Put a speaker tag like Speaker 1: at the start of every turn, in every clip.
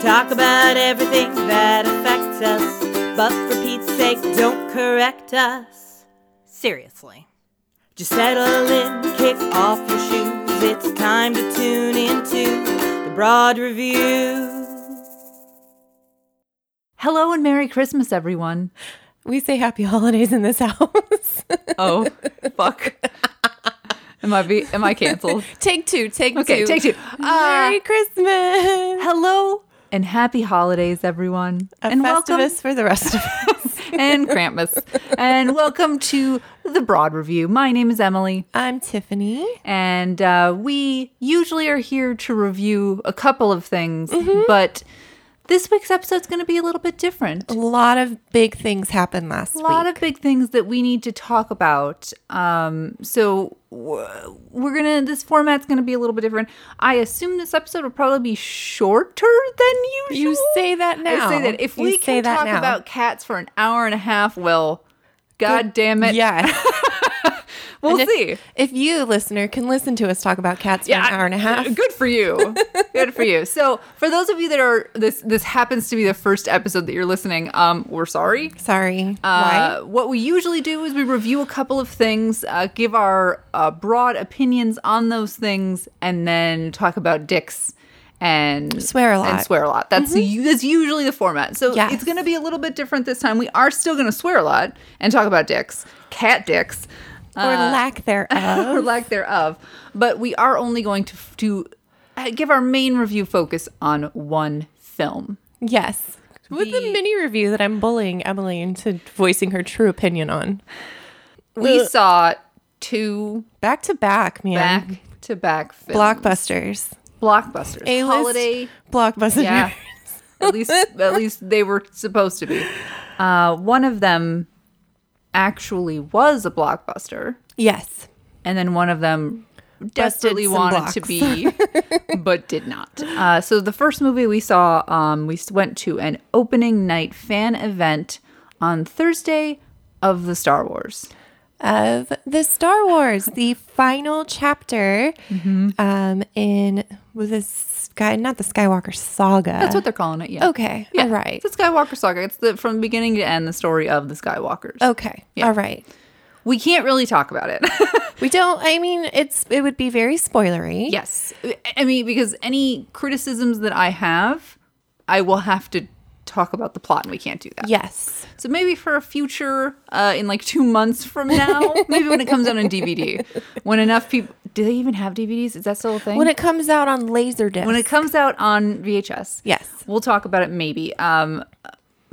Speaker 1: Talk about everything that affects us, but for Pete's sake, don't correct us.
Speaker 2: Seriously.
Speaker 1: Just settle in, kick off your shoes. It's time to tune into the broad review.
Speaker 2: Hello and Merry Christmas, everyone.
Speaker 3: We say happy holidays in this house.
Speaker 2: Oh, fuck. Am I be am I canceled?
Speaker 3: take two, take
Speaker 2: Okay,
Speaker 3: two.
Speaker 2: take two. Uh,
Speaker 3: Merry Christmas.
Speaker 2: Hello and happy holidays, everyone. and
Speaker 3: and Festivus for the rest of us.
Speaker 2: welcome and Krampus. and welcome to the Broad Review. My name is Emily.
Speaker 3: I'm Tiffany.
Speaker 2: and uh, we usually are here to review a couple of things,
Speaker 3: Mm-hmm.
Speaker 2: but this week's episode's going to be a little bit different.
Speaker 3: A lot of big things happened last
Speaker 2: A lot
Speaker 3: week.
Speaker 2: of big things that we need to talk about. Um, so w- we're gonna. This format's gonna be a little bit different. I assume this episode will probably be shorter than usual.
Speaker 3: You say that now.
Speaker 2: I say that if
Speaker 3: You
Speaker 2: we
Speaker 3: say
Speaker 2: can
Speaker 3: that
Speaker 2: talk
Speaker 3: now.
Speaker 2: about cats for an hour and a half, well, god damn it,
Speaker 3: Yes.
Speaker 2: we'll
Speaker 3: And
Speaker 2: see.
Speaker 3: if, if you, listener, can listen to us talk about cats for an hour and a half.
Speaker 2: Good for you. Good for you. So, for those of you that are this, this happens to be the first episode that you're listening. Um, we're sorry.
Speaker 3: Sorry.
Speaker 2: Uh, What we usually do is we review a couple of things, uh, give our uh, broad opinions on those things, and then talk about dicks and
Speaker 3: Swear a
Speaker 2: And
Speaker 3: lot. Mm-hmm.
Speaker 2: swear a lot. That's u- that's usually the format. So
Speaker 3: Yes.
Speaker 2: it's going to be a little bit different this time. We are still going to swear a lot and talk about dicks, cat dicks uh,
Speaker 3: Why? Or lack thereof.
Speaker 2: or lack thereof. But we are only going to to uh, give our main review focus on one film.
Speaker 3: yes. With the mini review that I'm bullying Emily into voicing her true opinion on.
Speaker 2: We saw two
Speaker 3: Back to back, man.
Speaker 2: back to back films.
Speaker 3: Blockbusters.
Speaker 2: blockbusters,
Speaker 3: A-list
Speaker 2: holiday.
Speaker 3: Blockbuster.
Speaker 2: Yeah, at least at least they were supposed to be. Uh, one of them actually was a blockbuster,
Speaker 3: Yes.
Speaker 2: and then one of them desperately
Speaker 3: some
Speaker 2: wanted to be but did not uh, so the first movie we saw um, we s- went to an opening night fan event on thursday of the star wars
Speaker 3: of the Star Wars, the final chapter
Speaker 2: Mm-hmm.
Speaker 3: um, in was this sky not the Skywalker saga.
Speaker 2: that's what they're calling it yeah
Speaker 3: okay, all right,
Speaker 2: it's the skywalker saga it's the from beginning to end the story of the skywalkers
Speaker 3: okay,
Speaker 2: Yeah.
Speaker 3: all right.
Speaker 2: we can't really talk about it
Speaker 3: We don't. I mean, it's it would be very spoilery.
Speaker 2: yes i mean because any criticisms that i have i will have to talk about the plot and we can't do that
Speaker 3: Yes.
Speaker 2: So maybe for a future, uh, in like two months from now, maybe when it comes out on DVD, when enough people do they even have DVDs? Is that still a thing?
Speaker 3: When it comes out on Laserdisc,
Speaker 2: When it comes out on VHS,
Speaker 3: Yes.
Speaker 2: we'll talk about it. Maybe. Um,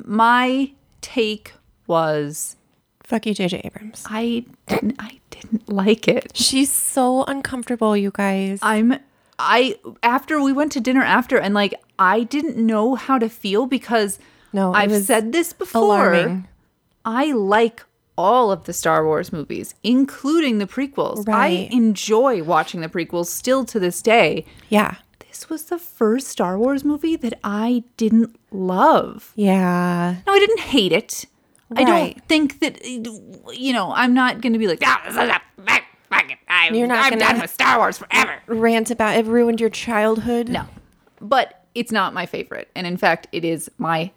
Speaker 2: my take was
Speaker 3: fuck you, JJ Abrams.
Speaker 2: I didn't, I didn't like it.
Speaker 3: She's so uncomfortable, you guys.
Speaker 2: I'm I after we went to dinner after and like I didn't know how to feel because
Speaker 3: No, it
Speaker 2: I've
Speaker 3: was
Speaker 2: said this before.
Speaker 3: alarming.
Speaker 2: I like all of the Star Wars movies, including the prequels.
Speaker 3: Right.
Speaker 2: I enjoy watching the prequels still to this day.
Speaker 3: yeah.
Speaker 2: This was the first Star Wars movie that I didn't love.
Speaker 3: Yeah.
Speaker 2: No, I didn't hate it. I
Speaker 3: Right.
Speaker 2: don't think that you know. I'm not going to be like, ah, this is a- fuck, fuck it. I'm,
Speaker 3: You're not
Speaker 2: I'm
Speaker 3: gonna-
Speaker 2: done with Star Wars forever.
Speaker 3: Rant about it ruined your childhood.
Speaker 2: No, but it's not my favorite, and in fact, it is my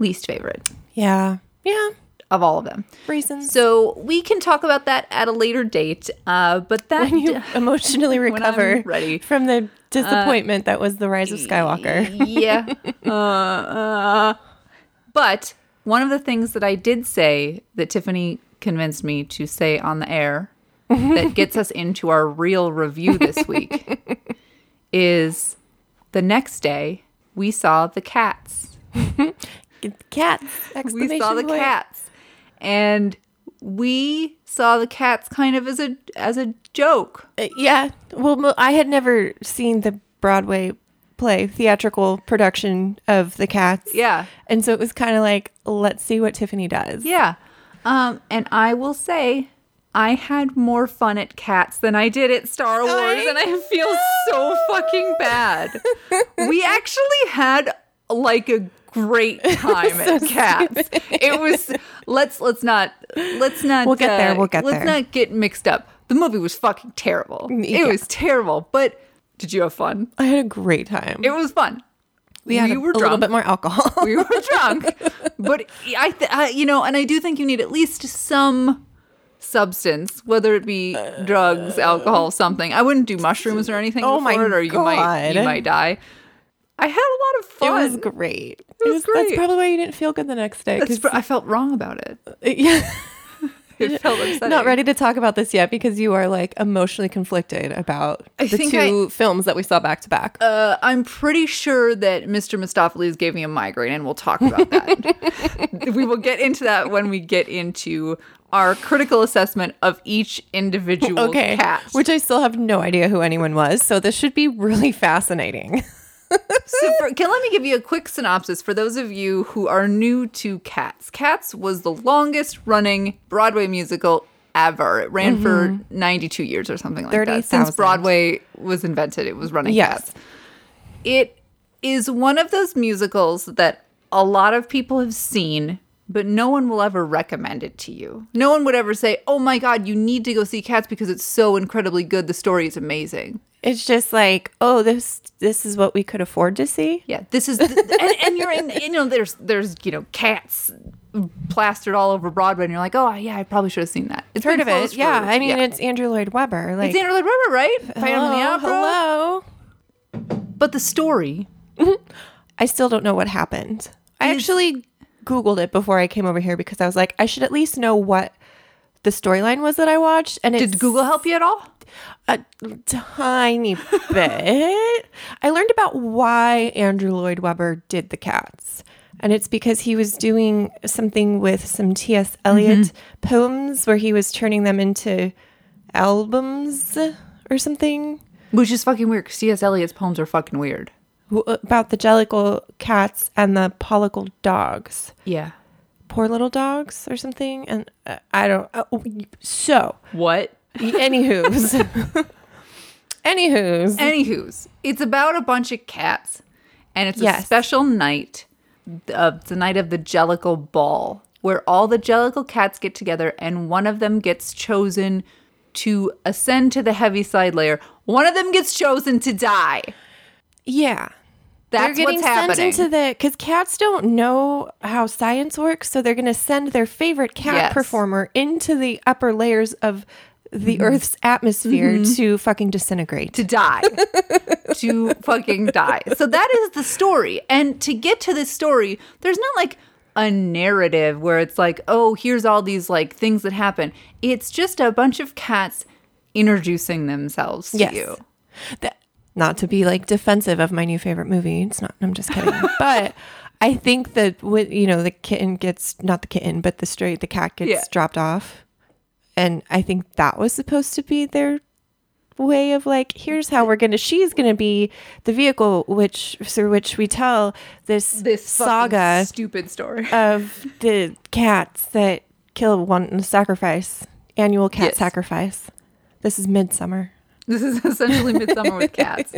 Speaker 2: least favorite
Speaker 3: Yeah. Yeah.
Speaker 2: of all of them.
Speaker 3: Reasons.
Speaker 2: So we can talk about that at a later date. Uh, but that
Speaker 3: when you emotionally
Speaker 2: When I'm
Speaker 3: recover
Speaker 2: ready. Uh,
Speaker 3: from the disappointment that was the rise of Skywalker.
Speaker 2: yeah. Uh, uh, but one of the things that I did say that Tiffany convinced me to say on the air that gets us into our real review this week is the next day we saw the cats.
Speaker 3: Cats!
Speaker 2: we
Speaker 3: exclamation
Speaker 2: saw the
Speaker 3: point.
Speaker 2: cats and we saw the cats kind of as a as a joke
Speaker 3: Uh, Yeah. Well, mo- I had never seen the Broadway play theatrical production of the Cats.
Speaker 2: Yeah.
Speaker 3: And so it was kind of like, let's see what Tiffany does.
Speaker 2: Yeah. Um, and I will say, I had more fun at Cats than I did at Star Wars, and I feel so fucking bad. we actually had like a great time at Cats. It was let's let's not let's not uh,
Speaker 3: We'll get there, we'll get
Speaker 2: let's
Speaker 3: there. Mm,
Speaker 2: not get mixed up. The movie was fucking terrible.
Speaker 3: yeah.
Speaker 2: It was terrible, but did you have fun?
Speaker 3: I had a great time.
Speaker 2: It was fun.
Speaker 3: we had
Speaker 2: We
Speaker 3: a,
Speaker 2: were
Speaker 3: a little
Speaker 2: drunk.
Speaker 3: bit more alcohol.
Speaker 2: we were drunk, but I, th- I, you know, and I do think you need at least some substance, whether it be drugs, alcohol, something. I wouldn't do mushrooms or anything
Speaker 3: Oh my
Speaker 2: before it, or you might you
Speaker 3: God.
Speaker 2: might die. I had a lot of
Speaker 3: it
Speaker 2: fun.
Speaker 3: was great.
Speaker 2: was
Speaker 3: That's
Speaker 2: great.
Speaker 3: probably why you didn't feel good the next day.
Speaker 2: That's
Speaker 3: 'cause-
Speaker 2: fr- I felt wrong about it.
Speaker 3: yeah.
Speaker 2: It felt upsetting.
Speaker 3: Not ready to talk about this yet because you are like emotionally conflicted about
Speaker 2: I
Speaker 3: the
Speaker 2: think
Speaker 3: two films that we saw back to back.
Speaker 2: Uh, I'm pretty sure that Mr. Mistopheles gave me a migraine, and we'll talk about that. we will get into that when we get into our critical assessment of each individual
Speaker 3: Okay.
Speaker 2: cat.
Speaker 3: Which I still have no idea who anyone was. So this should be really fascinating.
Speaker 2: so for, can, let me give you a quick synopsis for those of you who are new to Cats. Cats was the longest running Broadway musical ever. It ran for 92 years or something like that. Since
Speaker 3: 30,000.
Speaker 2: Broadway was invented, it was running
Speaker 3: Yes.
Speaker 2: Cats. It is one of those musicals that a lot of people have seen, but no one will ever recommend it to you. No one would ever say, "Oh my god, you need to go see Cats because it's so incredibly good. The story is amazing."
Speaker 3: It's just like, oh, this this is what we could afford to see.
Speaker 2: Yeah, this is, the, and, and you're in, you know, there's there's you know cats plastered all over Broadway, and you're like, oh yeah, I probably should have seen that. It's
Speaker 3: Heard
Speaker 2: been
Speaker 3: of it?
Speaker 2: closed for-
Speaker 3: Yeah. I mean, it's Andrew Lloyd Webber. Like,
Speaker 2: it's Andrew Lloyd Webber, right? Phantom of the
Speaker 3: hello,
Speaker 2: Opera.
Speaker 3: hello.
Speaker 2: But the story,
Speaker 3: I still don't know what happened. I actually Googled it before I came over here because I was like, I should at least know what the storyline was that I watched. And it's
Speaker 2: did Google help you at all?
Speaker 3: a tiny bit. I learned about why Andrew Lloyd Webber did the cats. And it's because he was doing something with some T.S. Eliot poems where he was turning them into albums or something
Speaker 2: Which is fucking weird. 'cause T.S. Eliot's poems are fucking weird.
Speaker 3: w- uh, about the jellicle cats and the pollicle dogs.
Speaker 2: Yeah.
Speaker 3: Poor little dogs or something. And uh, I don't. Uh, so,
Speaker 2: What?
Speaker 3: anywho's. anywho's.
Speaker 2: Anywho's, it's about a bunch of cats, and it's a
Speaker 3: Yes.
Speaker 2: special night. Uh, it's the night of the Jellicle Ball, where all the Jellicle cats get together, and one of them gets chosen to ascend to the heavy side layer. One of them gets chosen to die.
Speaker 3: Yeah.
Speaker 2: That's
Speaker 3: they're getting
Speaker 2: what's happening.
Speaker 3: sent into the because cats don't know how science works, so they're going to send their favorite cat
Speaker 2: Yes.
Speaker 3: performer into the upper layers of the
Speaker 2: Mm-hmm.
Speaker 3: Earth's atmosphere to fucking disintegrate.
Speaker 2: to die. to fucking die. So that is the story. And to get to this story, there's not like a narrative where it's like, oh, here's all these like things that happen. It's just a bunch of cats introducing themselves to
Speaker 3: Yes.
Speaker 2: you.
Speaker 3: Th- not to be like defensive of my new favorite movie. It's not. I'm just kidding. but I think that with you know the kitten gets not the kitten, but the straight the cat gets
Speaker 2: Yeah.
Speaker 3: dropped off, and I think that was supposed to be their way of like here's how we're gonna she's gonna be the vehicle which through which we tell this
Speaker 2: This fucking
Speaker 3: saga
Speaker 2: stupid story.
Speaker 3: of the cats that kill one and sacrifice annual cat
Speaker 2: Yes.
Speaker 3: sacrifice this is midsummer
Speaker 2: This is essentially Midsummer with cats.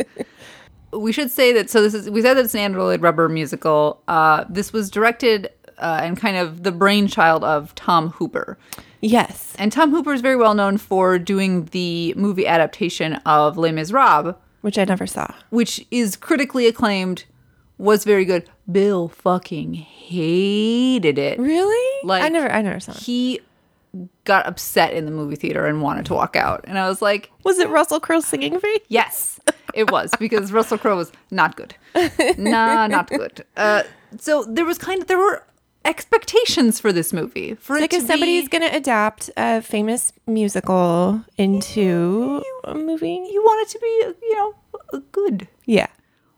Speaker 2: We should say that. So this is we said that it's an Andrew Lloyd Webber musical. Uh, this was directed uh, and kind of the brainchild of Tom Hooper.
Speaker 3: yes
Speaker 2: And Tom Hooper is very well known for doing the movie adaptation of Les Miserables,
Speaker 3: which i never saw
Speaker 2: which is critically acclaimed, was very good. Bill fucking hated it.
Speaker 3: Really?
Speaker 2: Like
Speaker 3: I never, I never saw. It.
Speaker 2: He got upset in the movie theater and wanted to walk out. And I was like,
Speaker 3: Was it Russell Crowe singing for you?
Speaker 2: Yes, it was because Russell Crowe was not good. Nah, not good. Uh, so there was kind of there were expectations for this movie. For it
Speaker 3: Like if
Speaker 2: to
Speaker 3: somebody's
Speaker 2: be,
Speaker 3: gonna adapt a famous musical into a movie,
Speaker 2: you want it to be you know uh, good.
Speaker 3: yeah,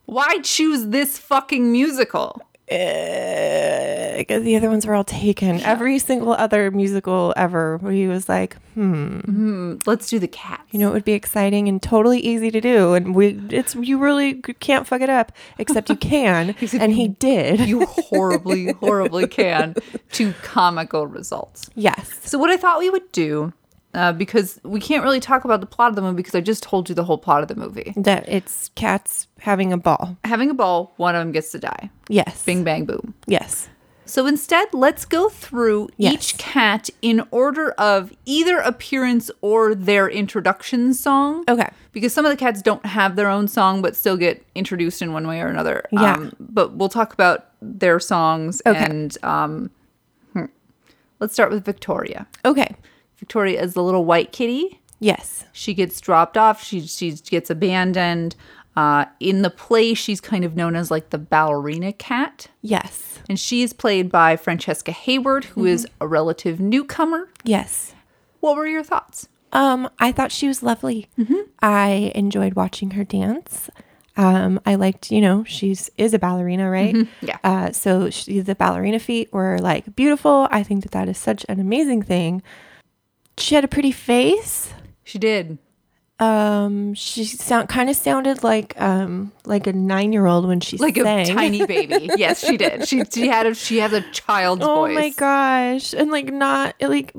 Speaker 2: Why choose this fucking musical?
Speaker 3: because Uh, the other ones were all taken. Every single other musical ever, where he was like, hmm,
Speaker 2: Let's do the cat.
Speaker 3: you know, it would be exciting and totally easy to do, and we, it's you really can't fuck it up, except you can, and he did.
Speaker 2: you horribly, horribly can to comical results.
Speaker 3: Yes,
Speaker 2: So what I thought we would do, uh, because we can't really talk about the plot of the movie because I just told you the whole plot of the movie.
Speaker 3: that it's cats having a ball.
Speaker 2: Having a ball, one of them gets to die.
Speaker 3: Yes,
Speaker 2: Bing bang boom.
Speaker 3: yes,
Speaker 2: So instead, let's go through
Speaker 3: Yes.
Speaker 2: each cat in order of either appearance or their introduction song.
Speaker 3: Okay.
Speaker 2: Because some of the cats don't have their own song but still get introduced in one way or another. Um,
Speaker 3: Yeah.
Speaker 2: but we'll talk about their songs
Speaker 3: Okay.
Speaker 2: and um, hmm. let's start with Victoria.
Speaker 3: Okay.
Speaker 2: Victoria is the little white kitty.
Speaker 3: Yes.
Speaker 2: She gets dropped off. She she gets abandoned. Uh, in the play, she's kind of known as like the ballerina cat.
Speaker 3: Yes.
Speaker 2: And she is played by Francesca Hayward,
Speaker 3: Mm-hmm.
Speaker 2: who is a relative newcomer.
Speaker 3: Yes.
Speaker 2: What were your thoughts?
Speaker 3: Um, I thought she was lovely.
Speaker 2: Mm-hmm.
Speaker 3: I enjoyed watching her dance. Um, I liked, you know, she's is a ballerina, right?
Speaker 2: Yeah.
Speaker 3: Uh, so she, the ballerina feet were like beautiful. I think that that is such an amazing thing. She had a pretty face.
Speaker 2: She did.
Speaker 3: Um, she sound kind of sounded like um like a nine year old when she
Speaker 2: Like
Speaker 3: sang.
Speaker 2: a tiny baby. Yes, she did. She she had a she has a child's
Speaker 3: Oh
Speaker 2: voice.
Speaker 3: my gosh. And like not like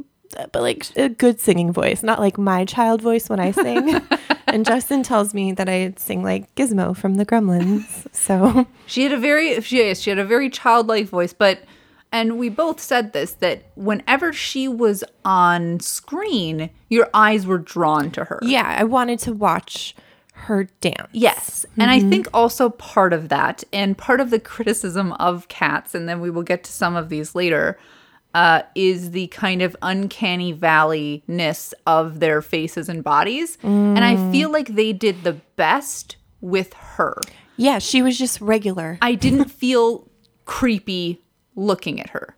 Speaker 3: but like a good singing voice, not like my child voice when I sing. and Justin tells me that I sing like Gizmo from the Gremlins. So
Speaker 2: She had a very she yes, she had a very childlike voice, but and we both said this that whenever she was on screen, your eyes were drawn to her.
Speaker 3: yeah, I wanted to watch her dance.
Speaker 2: Yes. And I think also part of that, and part of the criticism of cats, and then we will get to some of these later, uh, is the kind of uncanny valley ness of their faces and bodies. And I feel like they did the best with her.
Speaker 3: Yeah, she was just regular.
Speaker 2: I didn't feel creepy looking at her.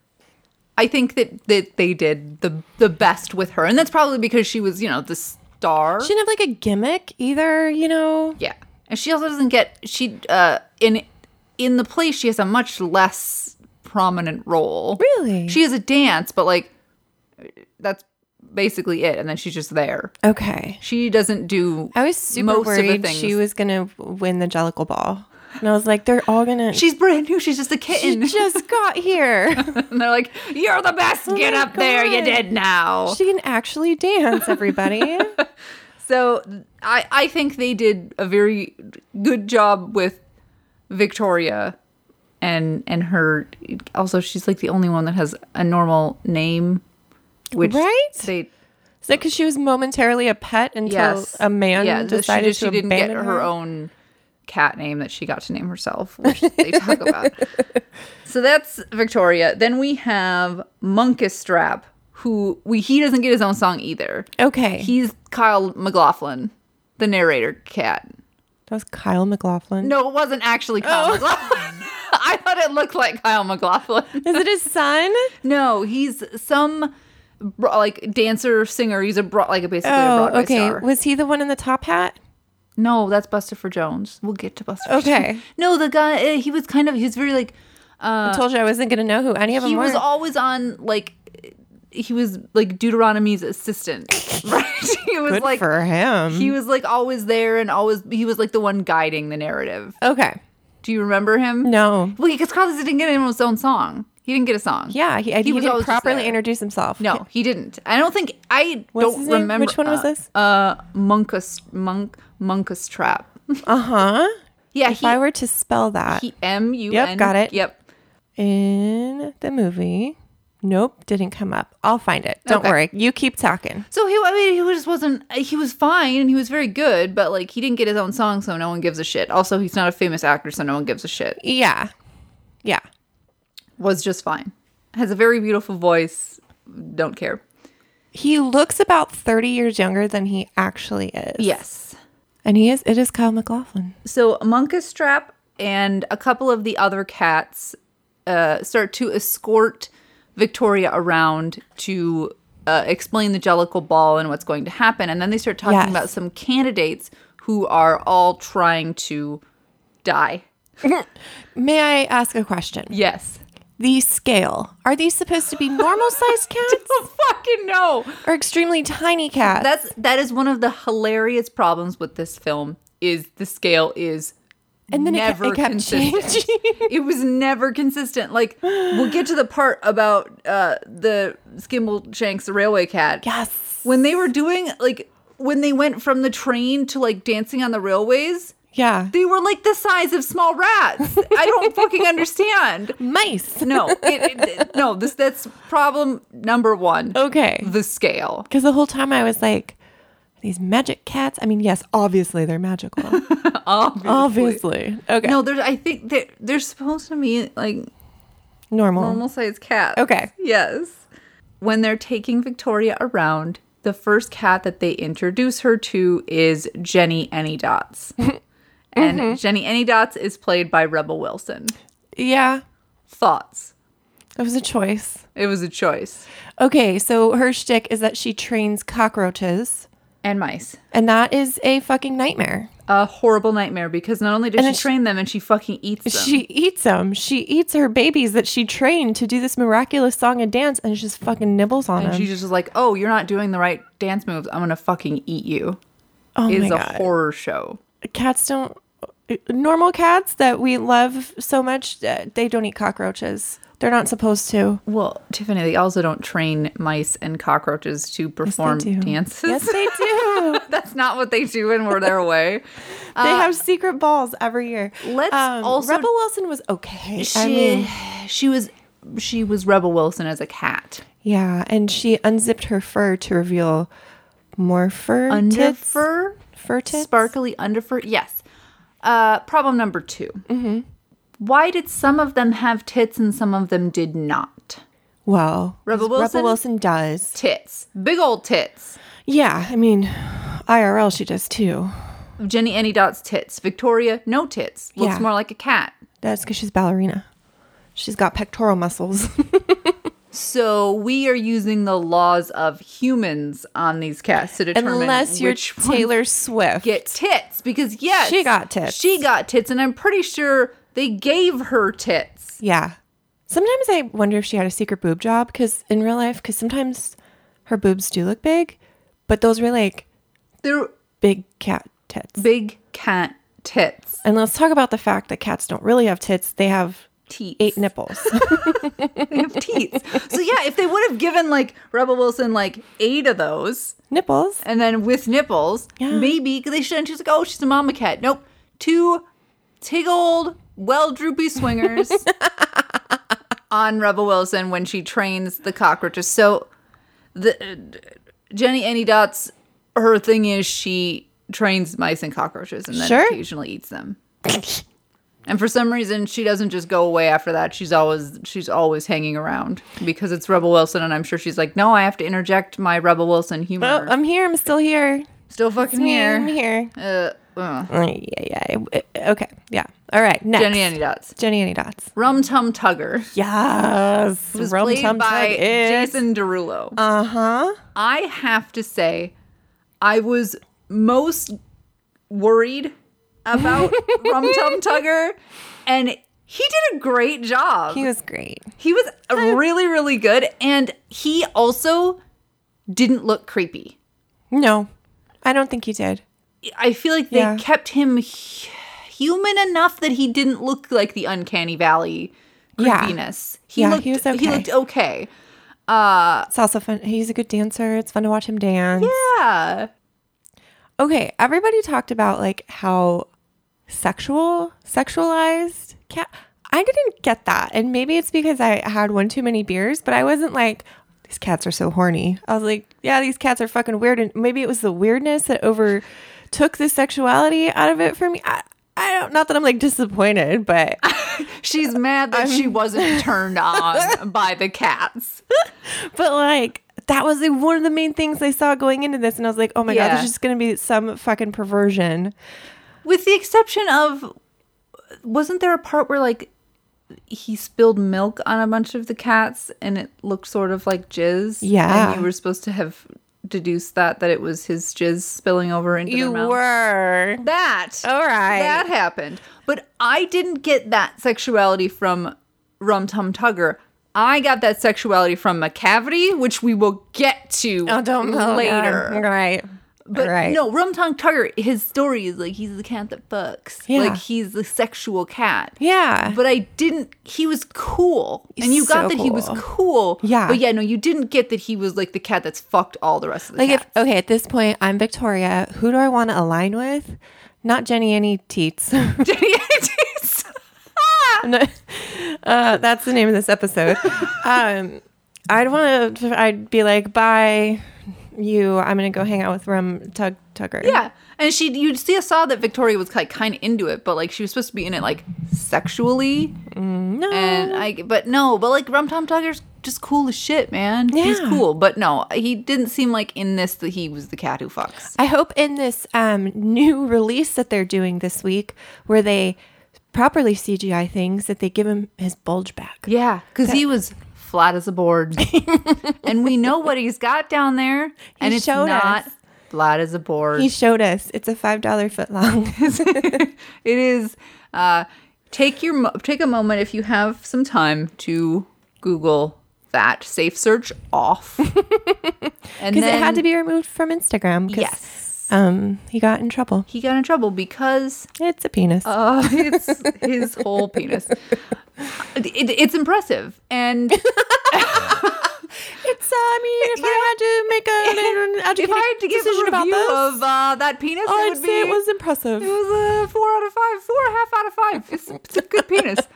Speaker 2: I think that, that they did the the best with her. And that's probably because she was, you know, the star.
Speaker 3: she didn't have like a gimmick either, you know.
Speaker 2: Yeah. And she also doesn't get she uh in in the play she has a much less prominent role.
Speaker 3: Really?
Speaker 2: She has a dance, but like that's basically it and then she's just there.
Speaker 3: Okay.
Speaker 2: She doesn't do
Speaker 3: I was super
Speaker 2: most of the
Speaker 3: worried
Speaker 2: things.
Speaker 3: she was gonna win the Jellicle Ball. And I was like, they're all gonna
Speaker 2: She's brand new. She's just a
Speaker 3: she
Speaker 2: kitten.
Speaker 3: just got here.
Speaker 2: and they're like, "You're the best. Get
Speaker 3: Oh my
Speaker 2: up there. You
Speaker 3: God.
Speaker 2: did now."
Speaker 3: she can actually dance, everybody.
Speaker 2: So I I think they did a very good job with Victoria and and her also she's like the only one that has a normal name which
Speaker 3: Right?
Speaker 2: they
Speaker 3: Is that because she was momentarily a pet until
Speaker 2: yes
Speaker 3: a man
Speaker 2: yeah, the-
Speaker 3: decided
Speaker 2: she, just-
Speaker 3: to
Speaker 2: she didn't get
Speaker 3: abandon
Speaker 2: her,
Speaker 3: her,
Speaker 2: own cat name that she got to name herself which they talk about so that's Victoria then we have Monkus Strap who we he doesn't get his own song either
Speaker 3: Okay,
Speaker 2: he's Kyle McLaughlin the narrator cat
Speaker 3: that was Kyle McLaughlin.
Speaker 2: No, it wasn't actually Kyle McLaughlin. I thought it looked like Kyle McLaughlin.
Speaker 3: Is it his son?
Speaker 2: No, he's some bro- like dancer singer. He's a bro- like a basically a
Speaker 3: oh,
Speaker 2: Broadway
Speaker 3: okay.
Speaker 2: star.
Speaker 3: Was he the one in the top hat?
Speaker 2: No, that's Buster for Jones. We'll get to Buster. for
Speaker 3: Okay.
Speaker 2: Jones. No, the guy uh, he was kind of he was very like
Speaker 3: I told you I wasn't going to know who any of them
Speaker 2: Uh, he was
Speaker 3: were.
Speaker 2: always on like he was like Deuteronomy's assistant. Right? He was
Speaker 3: Good
Speaker 2: like
Speaker 3: for him.
Speaker 2: he was like always there and always he was like the one guiding the narrative.
Speaker 3: okay.
Speaker 2: Do you remember him?
Speaker 3: No.
Speaker 2: Well, because Crosby didn't get his own song. He didn't get a song.
Speaker 3: Yeah, he, he,
Speaker 2: was
Speaker 3: didn't
Speaker 2: always just
Speaker 3: properly
Speaker 2: there.
Speaker 3: introduce himself.
Speaker 2: No, he didn't. I don't think. I
Speaker 3: What's
Speaker 2: don't
Speaker 3: his name?
Speaker 2: remember.
Speaker 3: Which one was
Speaker 2: uh,
Speaker 3: this?
Speaker 2: Uh, Monkus Monk Monkus Trap.
Speaker 3: Uh huh.
Speaker 2: Yeah,
Speaker 3: If I
Speaker 2: he
Speaker 3: were to spell that
Speaker 2: he M U N.
Speaker 3: Yep, got it.
Speaker 2: Yep.
Speaker 3: in the movie, nope, didn't come up. I'll find it. Don't
Speaker 2: Okay.
Speaker 3: worry. You keep talking.
Speaker 2: So he, I mean, he just wasn't. He was fine and he was very good, but like he didn't get his own song, so no one gives a shit. Also, he's not a famous actor, so no one gives a shit.
Speaker 3: Yeah. Yeah.
Speaker 2: Was just fine. Has a very beautiful voice. Don't care.
Speaker 3: He looks about 30 years younger than he actually is.
Speaker 2: Yes.
Speaker 3: And he is, it is Kyle McLaughlin.
Speaker 2: So Monka Strap and a couple of the other cats uh, start to escort Victoria around to uh, explain the Jellicle Ball and what's going to happen. And then they start talking
Speaker 3: Yes.
Speaker 2: about some candidates who are all trying to die.
Speaker 3: May I ask a question?
Speaker 2: Yes.
Speaker 3: The scale. Are these supposed to be normal sized cats
Speaker 2: Fucking no.
Speaker 3: or extremely tiny cats?
Speaker 2: That's that is one of the hilarious problems with this film is the scale is
Speaker 3: and then it kept-
Speaker 2: never
Speaker 3: it kept
Speaker 2: consistent.
Speaker 3: changing.
Speaker 2: it was never consistent. Like we'll get to the part about uh, the Skimble Shanks the railway cat.
Speaker 3: yes.
Speaker 2: When they were doing like when they went from the train to like dancing on the railways,
Speaker 3: Yeah.
Speaker 2: They were like the size of small rats. I don't fucking understand.
Speaker 3: Mice.
Speaker 2: No, it, it- it- no, this that's problem number one.
Speaker 3: Okay.
Speaker 2: The scale.
Speaker 3: Because the whole time I was like, these magic cats. I mean, yes, obviously they're magical.
Speaker 2: Obviously.
Speaker 3: obviously. Okay.
Speaker 2: No, there's. I think that they're supposed to be like
Speaker 3: normal.
Speaker 2: normal sized cats.
Speaker 3: Okay.
Speaker 2: Yes. When they're taking Victoria around, the first cat that they introduce her to is Jenny Anydots.
Speaker 3: Mm-hmm.
Speaker 2: and Jenny Anydots is played by Rebel Wilson.
Speaker 3: Yeah.
Speaker 2: Thoughts.
Speaker 3: It was a choice.
Speaker 2: It was a choice.
Speaker 3: Okay. So her shtick is that she trains cockroaches,
Speaker 2: And mice.
Speaker 3: and that is a fucking nightmare.
Speaker 2: A horrible nightmare because not only does
Speaker 3: And then
Speaker 2: she
Speaker 3: she-
Speaker 2: train them and she fucking eats them.
Speaker 3: She eats them. She eats her babies that she trained to do this miraculous song and dance, and she just fucking nibbles on
Speaker 2: and
Speaker 3: them.
Speaker 2: she just was like, oh, you're not doing the right dance moves. I'm going to fucking eat you.
Speaker 3: oh
Speaker 2: is
Speaker 3: my
Speaker 2: a
Speaker 3: god!
Speaker 2: horror show.
Speaker 3: cats don't. Normal cats that we love so much, uh, they don't eat cockroaches. They're not supposed to.
Speaker 2: Well, Tiffany, they also don't train mice and cockroaches to perform
Speaker 3: do.
Speaker 2: dances.
Speaker 3: Yes, they do.
Speaker 2: That's not what they do when we're their way.
Speaker 3: they have secret balls every year.
Speaker 2: Uh,
Speaker 3: Um,
Speaker 2: let's also-
Speaker 3: Rebel Wilson was okay.
Speaker 2: She,
Speaker 3: I mean,
Speaker 2: she was she was Rebel Wilson as a cat.
Speaker 3: yeah, and she unzipped her fur to reveal more fur.
Speaker 2: Under
Speaker 3: tits?
Speaker 2: fur,
Speaker 3: fur tits.
Speaker 2: sparkly under fur. Yes. Uh, problem number 2 Mm-hmm. Why did some of them have tits and some of them did not?
Speaker 3: Well,
Speaker 2: Rebel Wilson?
Speaker 3: Rebel Wilson does.
Speaker 2: Tits, big old tits.
Speaker 3: Yeah, I mean, IRL she does too.
Speaker 2: Jenny Anydots tits. Victoria no tits. Looks
Speaker 3: Yeah.
Speaker 2: more like a cat.
Speaker 3: That's because she's ballerina. She's got pectoral muscles.
Speaker 2: So we are using the laws of humans on these cats to determine
Speaker 3: Unless you're
Speaker 2: which ones
Speaker 3: Taylor Swift.
Speaker 2: get tits because yes,
Speaker 3: She got tits.
Speaker 2: She got tits, and I'm pretty sure they gave her tits.
Speaker 3: yeah. Sometimes I wonder if she had a secret boob job because in real life, because sometimes her boobs do look big, but those were like
Speaker 2: They're
Speaker 3: big cat tits.
Speaker 2: big cat tits.
Speaker 3: And let's talk about the fact that cats don't really have tits; they have
Speaker 2: Teats.
Speaker 3: eight nipples.
Speaker 2: They have teats. So yeah, if they would have given like Rebel Wilson like eight of those,
Speaker 3: nipples.
Speaker 2: and then with nipples,
Speaker 3: Yeah.
Speaker 2: maybe 'cause they shouldn't. She's like, oh, she's a mama cat. Nope, two tiggled, well droopy swingers on Rebel Wilson when she trains the cockroaches. So the Jenny Annie Dots, her thing is she trains mice and cockroaches and then
Speaker 3: Sure.
Speaker 2: occasionally eats them. And for some reason, she doesn't just go away after that. She's always she's always hanging around because it's Rebel Wilson, and I'm sure she's like, no, I have to interject my Rebel Wilson humor.
Speaker 3: Oh, I'm here. I'm still here.
Speaker 2: Still fucking
Speaker 3: Me, I'm
Speaker 2: here.
Speaker 3: here.
Speaker 2: Uh, uh,
Speaker 3: Oh, yeah, yeah. Okay. Yeah. All right. Next.
Speaker 2: Jenny Annie Dots.
Speaker 3: Jenny Annie Dots.
Speaker 2: Rum Tum Tugger
Speaker 3: Yes.
Speaker 2: was
Speaker 3: Rum
Speaker 2: played
Speaker 3: Tum
Speaker 2: by
Speaker 3: Tug is- Uh-huh.
Speaker 2: Jason Derulo. Uh huh. I have to say, I was most worried about Rum Tum Tugger, and he did a great job.
Speaker 3: He was great.
Speaker 2: He was really, really good, and he also didn't look creepy.
Speaker 3: No, I don't think he did.
Speaker 2: I feel like they
Speaker 3: Yeah.
Speaker 2: kept him hu- human enough that he didn't look like the Uncanny Valley
Speaker 3: Yeah.
Speaker 2: creepiness. He
Speaker 3: Yeah,
Speaker 2: looked,
Speaker 3: he was
Speaker 2: He
Speaker 3: okay.
Speaker 2: looked okay.
Speaker 3: It's also fun. He's a good dancer. It's fun to watch him dance.
Speaker 2: Yeah.
Speaker 3: Okay. Everybody talked about like how sexual, sexualized cat. I didn't get that. And maybe it's because I had one too many beers, but I wasn't like, these cats are so horny. I was like, yeah, these cats are fucking weird. And maybe it was the weirdness that overtook the sexuality out of it for me. I, I don't, not that I'm like disappointed, but
Speaker 2: She's mad that she wasn't turned on by the cats.
Speaker 3: But like that was like one of the main things I saw going into this, and I was like, oh my
Speaker 2: Yeah.
Speaker 3: god, there's just gonna be some fucking perversion.
Speaker 2: With the exception of, wasn't there a part where like he spilled milk on a bunch of the cats and it looked sort of like jizz?
Speaker 3: Yeah.
Speaker 2: And you were supposed to have deduced that, that it was his jizz spilling over into their mouths.
Speaker 3: were
Speaker 2: That.
Speaker 3: All right.
Speaker 2: That happened. But I didn't get that sexuality from Rum Tum Tugger. I got that sexuality from McCavity, which we will get to
Speaker 3: I Oh, don't know
Speaker 2: later.
Speaker 3: right?
Speaker 2: But
Speaker 3: right.
Speaker 2: no, Rum Tum Tugger, his story is like he's the cat that fucks.
Speaker 3: Yeah.
Speaker 2: Like he's the sexual cat.
Speaker 3: yeah,
Speaker 2: But I didn't. He was cool, and you got
Speaker 3: so
Speaker 2: that he was
Speaker 3: cool.
Speaker 2: cool.
Speaker 3: Yeah.
Speaker 2: But yeah, no, you didn't get that he was like the cat that's fucked all the rest of the
Speaker 3: like
Speaker 2: cats.
Speaker 3: if okay at this point I'm Victoria. Who do I want to align with? not Jenny any teats. No, uh, that's the name of this episode. um, I'd want to. I'd be like, bye, you. I'm gonna go hang out with Rum Tug Tugger.
Speaker 2: yeah. And she, you see, saw that Victoria was like kind of into it, but like she was supposed to be in it like sexually.
Speaker 3: Mm, No.
Speaker 2: And I, but no, but like Rum Tom Tugger's just cool as shit, man. He's
Speaker 3: Yeah.
Speaker 2: cool, but no, he didn't seem like in this that he was the cat who fucks.
Speaker 3: I hope in this um, new release that they're doing this week, where they properly CGI things, that they give him his bulge back.
Speaker 2: Yeah, because he was flat as a board, and we know what he's got down there, and it's
Speaker 3: showed
Speaker 2: not
Speaker 3: us.
Speaker 2: flat as a board.
Speaker 3: He showed us. It's a five dollar foot long.
Speaker 2: It is. Uh, take your mo- take a moment if you have some time to Google that safe search off, and
Speaker 3: because it had to be removed from Instagram. 'cause,
Speaker 2: Yes.
Speaker 3: um, he got in trouble.
Speaker 2: He got in trouble because
Speaker 3: It's a penis.
Speaker 2: uh, it's his whole penis. Uh, It, it's impressive, and
Speaker 3: it's. Uh, I mean, if I had to make an, an
Speaker 2: if I had to give a review of uh, that penis, it
Speaker 3: I'd
Speaker 2: would
Speaker 3: say
Speaker 2: be
Speaker 3: it was impressive.
Speaker 2: It was a four out of five, four and a half out of five. It's, it's a good penis.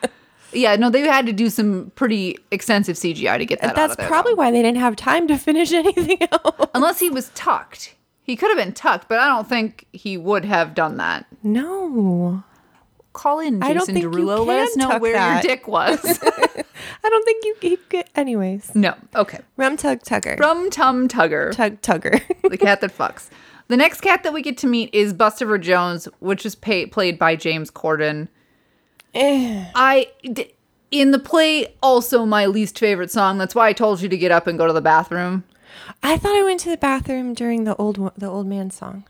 Speaker 2: Yeah, no, they had to do some pretty extensive CGI to get that. out
Speaker 3: That's
Speaker 2: of there,
Speaker 3: probably why they didn't have time to finish anything else.
Speaker 2: unless he was tucked. He could have been tucked, but I don't think he would have done that.
Speaker 3: No,
Speaker 2: Call in Jason
Speaker 3: I don't think you
Speaker 2: Derulo. Let
Speaker 3: can
Speaker 2: us know
Speaker 3: tuck
Speaker 2: where
Speaker 3: that.
Speaker 2: your dick was.
Speaker 3: I don't think you. you could, anyways,
Speaker 2: no, okay.
Speaker 3: Rum Tug Tugger.
Speaker 2: From Tum Tugger,
Speaker 3: Tug Tugger.
Speaker 2: the cat that fucks. The next cat that we get to meet is Bustaver Jones, which is pay- played by James Corden.
Speaker 3: Eh.
Speaker 2: I d- in the play also my least favorite song. That's why I told you to get up and go to the bathroom.
Speaker 3: I thought I went to the bathroom during the old wo- the old man song.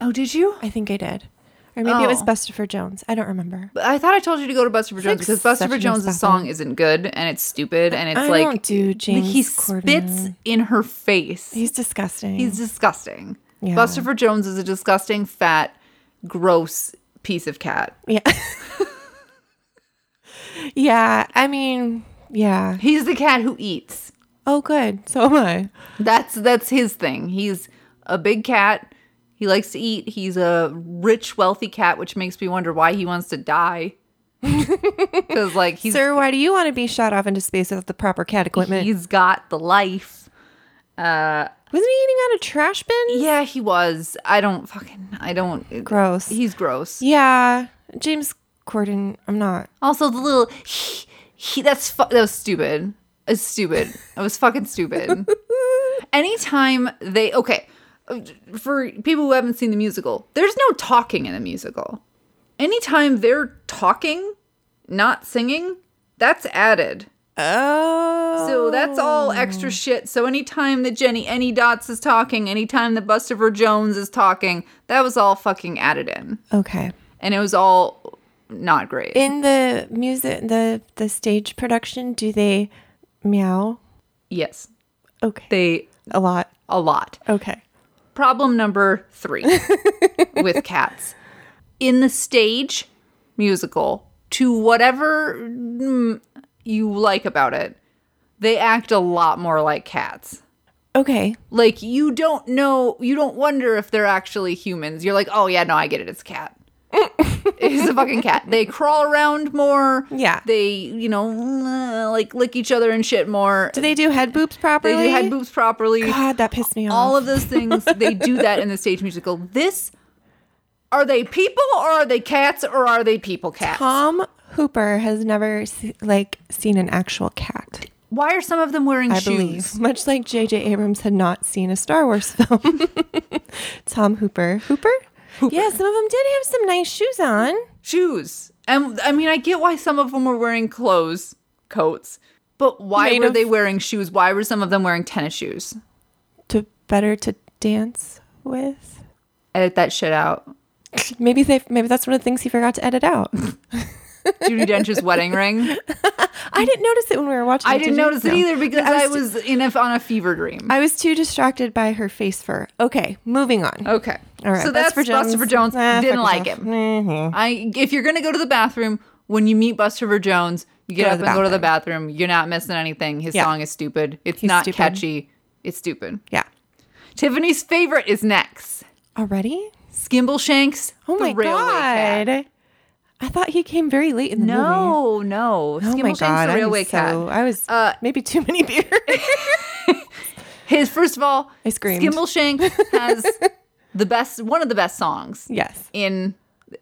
Speaker 2: Oh, did you?
Speaker 3: I think I did, or maybe it was
Speaker 2: Oh.
Speaker 3: Buster for Jones. I don't remember.
Speaker 2: But I thought I told you to go to Buster for Jones
Speaker 3: like
Speaker 2: because Buster
Speaker 3: such
Speaker 2: for
Speaker 3: a
Speaker 2: Jones'
Speaker 3: nice
Speaker 2: song isn't good and it's stupid and it's
Speaker 3: I
Speaker 2: like
Speaker 3: don't do James
Speaker 2: like he
Speaker 3: Corden.
Speaker 2: spits in her face. He's,
Speaker 3: He's disgusting.
Speaker 2: disgusting.
Speaker 3: Yeah.
Speaker 2: Buster for Jones is a disgusting, fat, gross piece of cat.
Speaker 3: yeah, yeah. I mean, yeah.
Speaker 2: He's the cat who eats.
Speaker 3: Oh, good. So am I.
Speaker 2: That's that's his thing. He's a big cat. He likes to eat. He's a rich, wealthy cat, which makes me wonder why he wants to die. Because like he's
Speaker 3: Sir, why do you want to be shot off into space without the proper cat equipment?
Speaker 2: he's got the life. Uh,
Speaker 3: Wasn't he eating out of trash bins?
Speaker 2: yeah, he was. I don't fucking. I don't.
Speaker 3: Gross.
Speaker 2: He's gross.
Speaker 3: Yeah, James Corden. I'm not.
Speaker 2: Also, the little he, he that's fu- that was stupid. It's stupid. It was fucking stupid. Anytime they okay, for people who haven't seen the musical, there's no talking in the musical. Anytime they're talking, not singing, that's added.
Speaker 3: Oh.
Speaker 2: So that's all extra shit. So anytime that Jenny Any Dots is talking, anytime that Buster for Jones is talking, that was all fucking added in.
Speaker 3: Okay.
Speaker 2: And it was all not great.
Speaker 3: In the music, the the stage production, do they meow?
Speaker 2: yes.
Speaker 3: Okay.
Speaker 2: They
Speaker 3: a lot.
Speaker 2: a lot.
Speaker 3: Okay.
Speaker 2: Problem number three with cats. In the stage musical, to whatever mm, you like about it, they act a lot more like cats.
Speaker 3: Okay.
Speaker 2: Like, you don't know, you don't wonder if they're actually humans. You're like, oh, yeah, no, I get it. It's a cat. it's a fucking cat. They crawl around more.
Speaker 3: Yeah.
Speaker 2: They, you know, like lick each other and shit more.
Speaker 3: Do they do head boobs
Speaker 2: They
Speaker 3: properly?
Speaker 2: do head boobs properly
Speaker 3: God, that pissed me off.
Speaker 2: all of those things they do that in the stage musical this are they people or are they cats or are they people cats
Speaker 3: Tom Hooper has never se- like seen an actual cat.
Speaker 2: why are some of them wearing
Speaker 3: I
Speaker 2: shoes
Speaker 3: believe, much like J.J. Abrams had not seen a Star Wars film. Tom Hooper. Hooper. Yeah, some of them did have some nice shoes on.
Speaker 2: shoes and i mean i get why some of them were wearing clothes coats but why
Speaker 3: Made
Speaker 2: were
Speaker 3: of-
Speaker 2: they wearing shoes why were some of them wearing tennis shoes
Speaker 3: to better to dance with.
Speaker 2: edit that shit out
Speaker 3: Maybe they maybe that's one of the things he forgot to edit out.
Speaker 2: judy dench's wedding ring
Speaker 3: I didn't notice it when we were watching.
Speaker 2: i
Speaker 3: it,
Speaker 2: didn't
Speaker 3: did you?
Speaker 2: notice it
Speaker 3: No.
Speaker 2: either because
Speaker 3: I
Speaker 2: i
Speaker 3: was-
Speaker 2: was in a, on a fever dream
Speaker 3: I was too distracted by her face fur. Okay, moving on.
Speaker 2: okay
Speaker 3: All right.
Speaker 2: so that's for jones, Buster for jones
Speaker 3: Ah,
Speaker 2: didn't
Speaker 3: fuck
Speaker 2: like
Speaker 3: yourself.
Speaker 2: him
Speaker 3: Mhm.
Speaker 2: I if you're gonna go to the bathroom when you meet Buster for Jones, you get
Speaker 3: Go to
Speaker 2: up
Speaker 3: the
Speaker 2: and go to the bathroom. You're not missing anything. His
Speaker 3: Yeah.
Speaker 2: song is stupid. It's not
Speaker 3: stupid.
Speaker 2: catchy. It's stupid.
Speaker 3: Yeah.
Speaker 2: Tiffany's favorite is next.
Speaker 3: Already?
Speaker 2: Skimbleshanks.
Speaker 3: Oh
Speaker 2: the
Speaker 3: my
Speaker 2: railway
Speaker 3: god!
Speaker 2: cat.
Speaker 3: I thought he came very late in the movie.
Speaker 2: No, no.
Speaker 3: Oh my
Speaker 2: Skimbleshanks
Speaker 3: god!
Speaker 2: the
Speaker 3: I'm
Speaker 2: railway cat.
Speaker 3: so- I was
Speaker 2: Uh,
Speaker 3: maybe too many beers.
Speaker 2: His first of all,
Speaker 3: I screamed.
Speaker 2: Skimbleshanks has the best one of the best songs
Speaker 3: yes.
Speaker 2: in